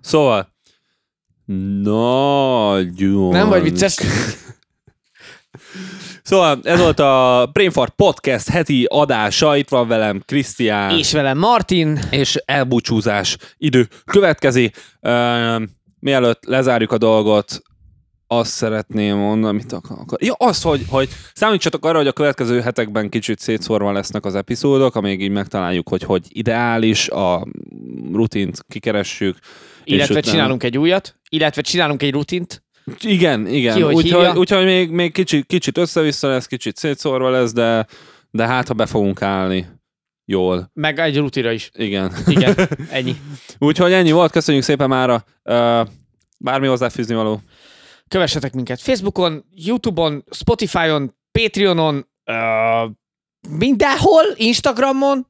Szóval, nagyon... Nem vagy vicces? Hát. Szóval ez volt a Brainfart Podcast heti adása. Itt van velem Krisztián. És velem Martin, és elbúcsúzás idő következik. Öm, Mielőtt lezárjuk a dolgot, azt szeretném mondani, mit akar. akar- Ja, az, hogy, hogy számítsatok arra, hogy a következő hetekben kicsit szétszórva lesznek az epizódok, amíg így megtaláljuk, hogy hogy ideális, a rutint kikeressük. és illetve utána- csinálunk egy újat, illetve csinálunk egy rutint. Igen, igen. Ki hogy Úgyhogy hívja? úgy, még, még kicsit, kicsit össze-vissza lesz, kicsit szétszórva lesz, de, de hát, ha be fogunk állni, jól. Meg egy rutira is. Igen. Igen, ennyi. Úgyhogy ennyi volt, köszönjük szépen mára. Ö, Bármi hozzáfűzni való. Kövessetek minket Facebookon, Youtube-on, Spotify-on, Patreonon, ö, mindenhol, Instagramon.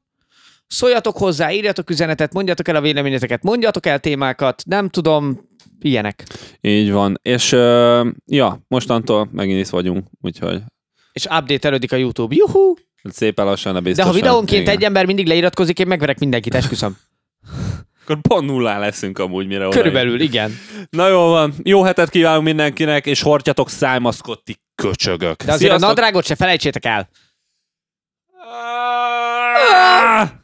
Szóljatok hozzá, írjatok üzenetet, mondjatok el a véleményeteket, mondjatok el témákat, nem tudom, ilyenek. Így van. És ö, ja, mostantól megint itt vagyunk, úgyhogy És update elődik a YouTube. Juhu! szépen lassan, de De biztosan. ha videónként Igen. egy ember mindig leiratkozik, én megverek mindenkit, esküszöm. Akkor pont nullá leszünk amúgy, mire odaérünk. Körülbelül, igen. Na jó van, jó hetet kívánunk mindenkinek, és hordjatok szájmaszkot, ti köcsögök. De azért a Sziasztok! nadrágot se felejtsétek el. Ah!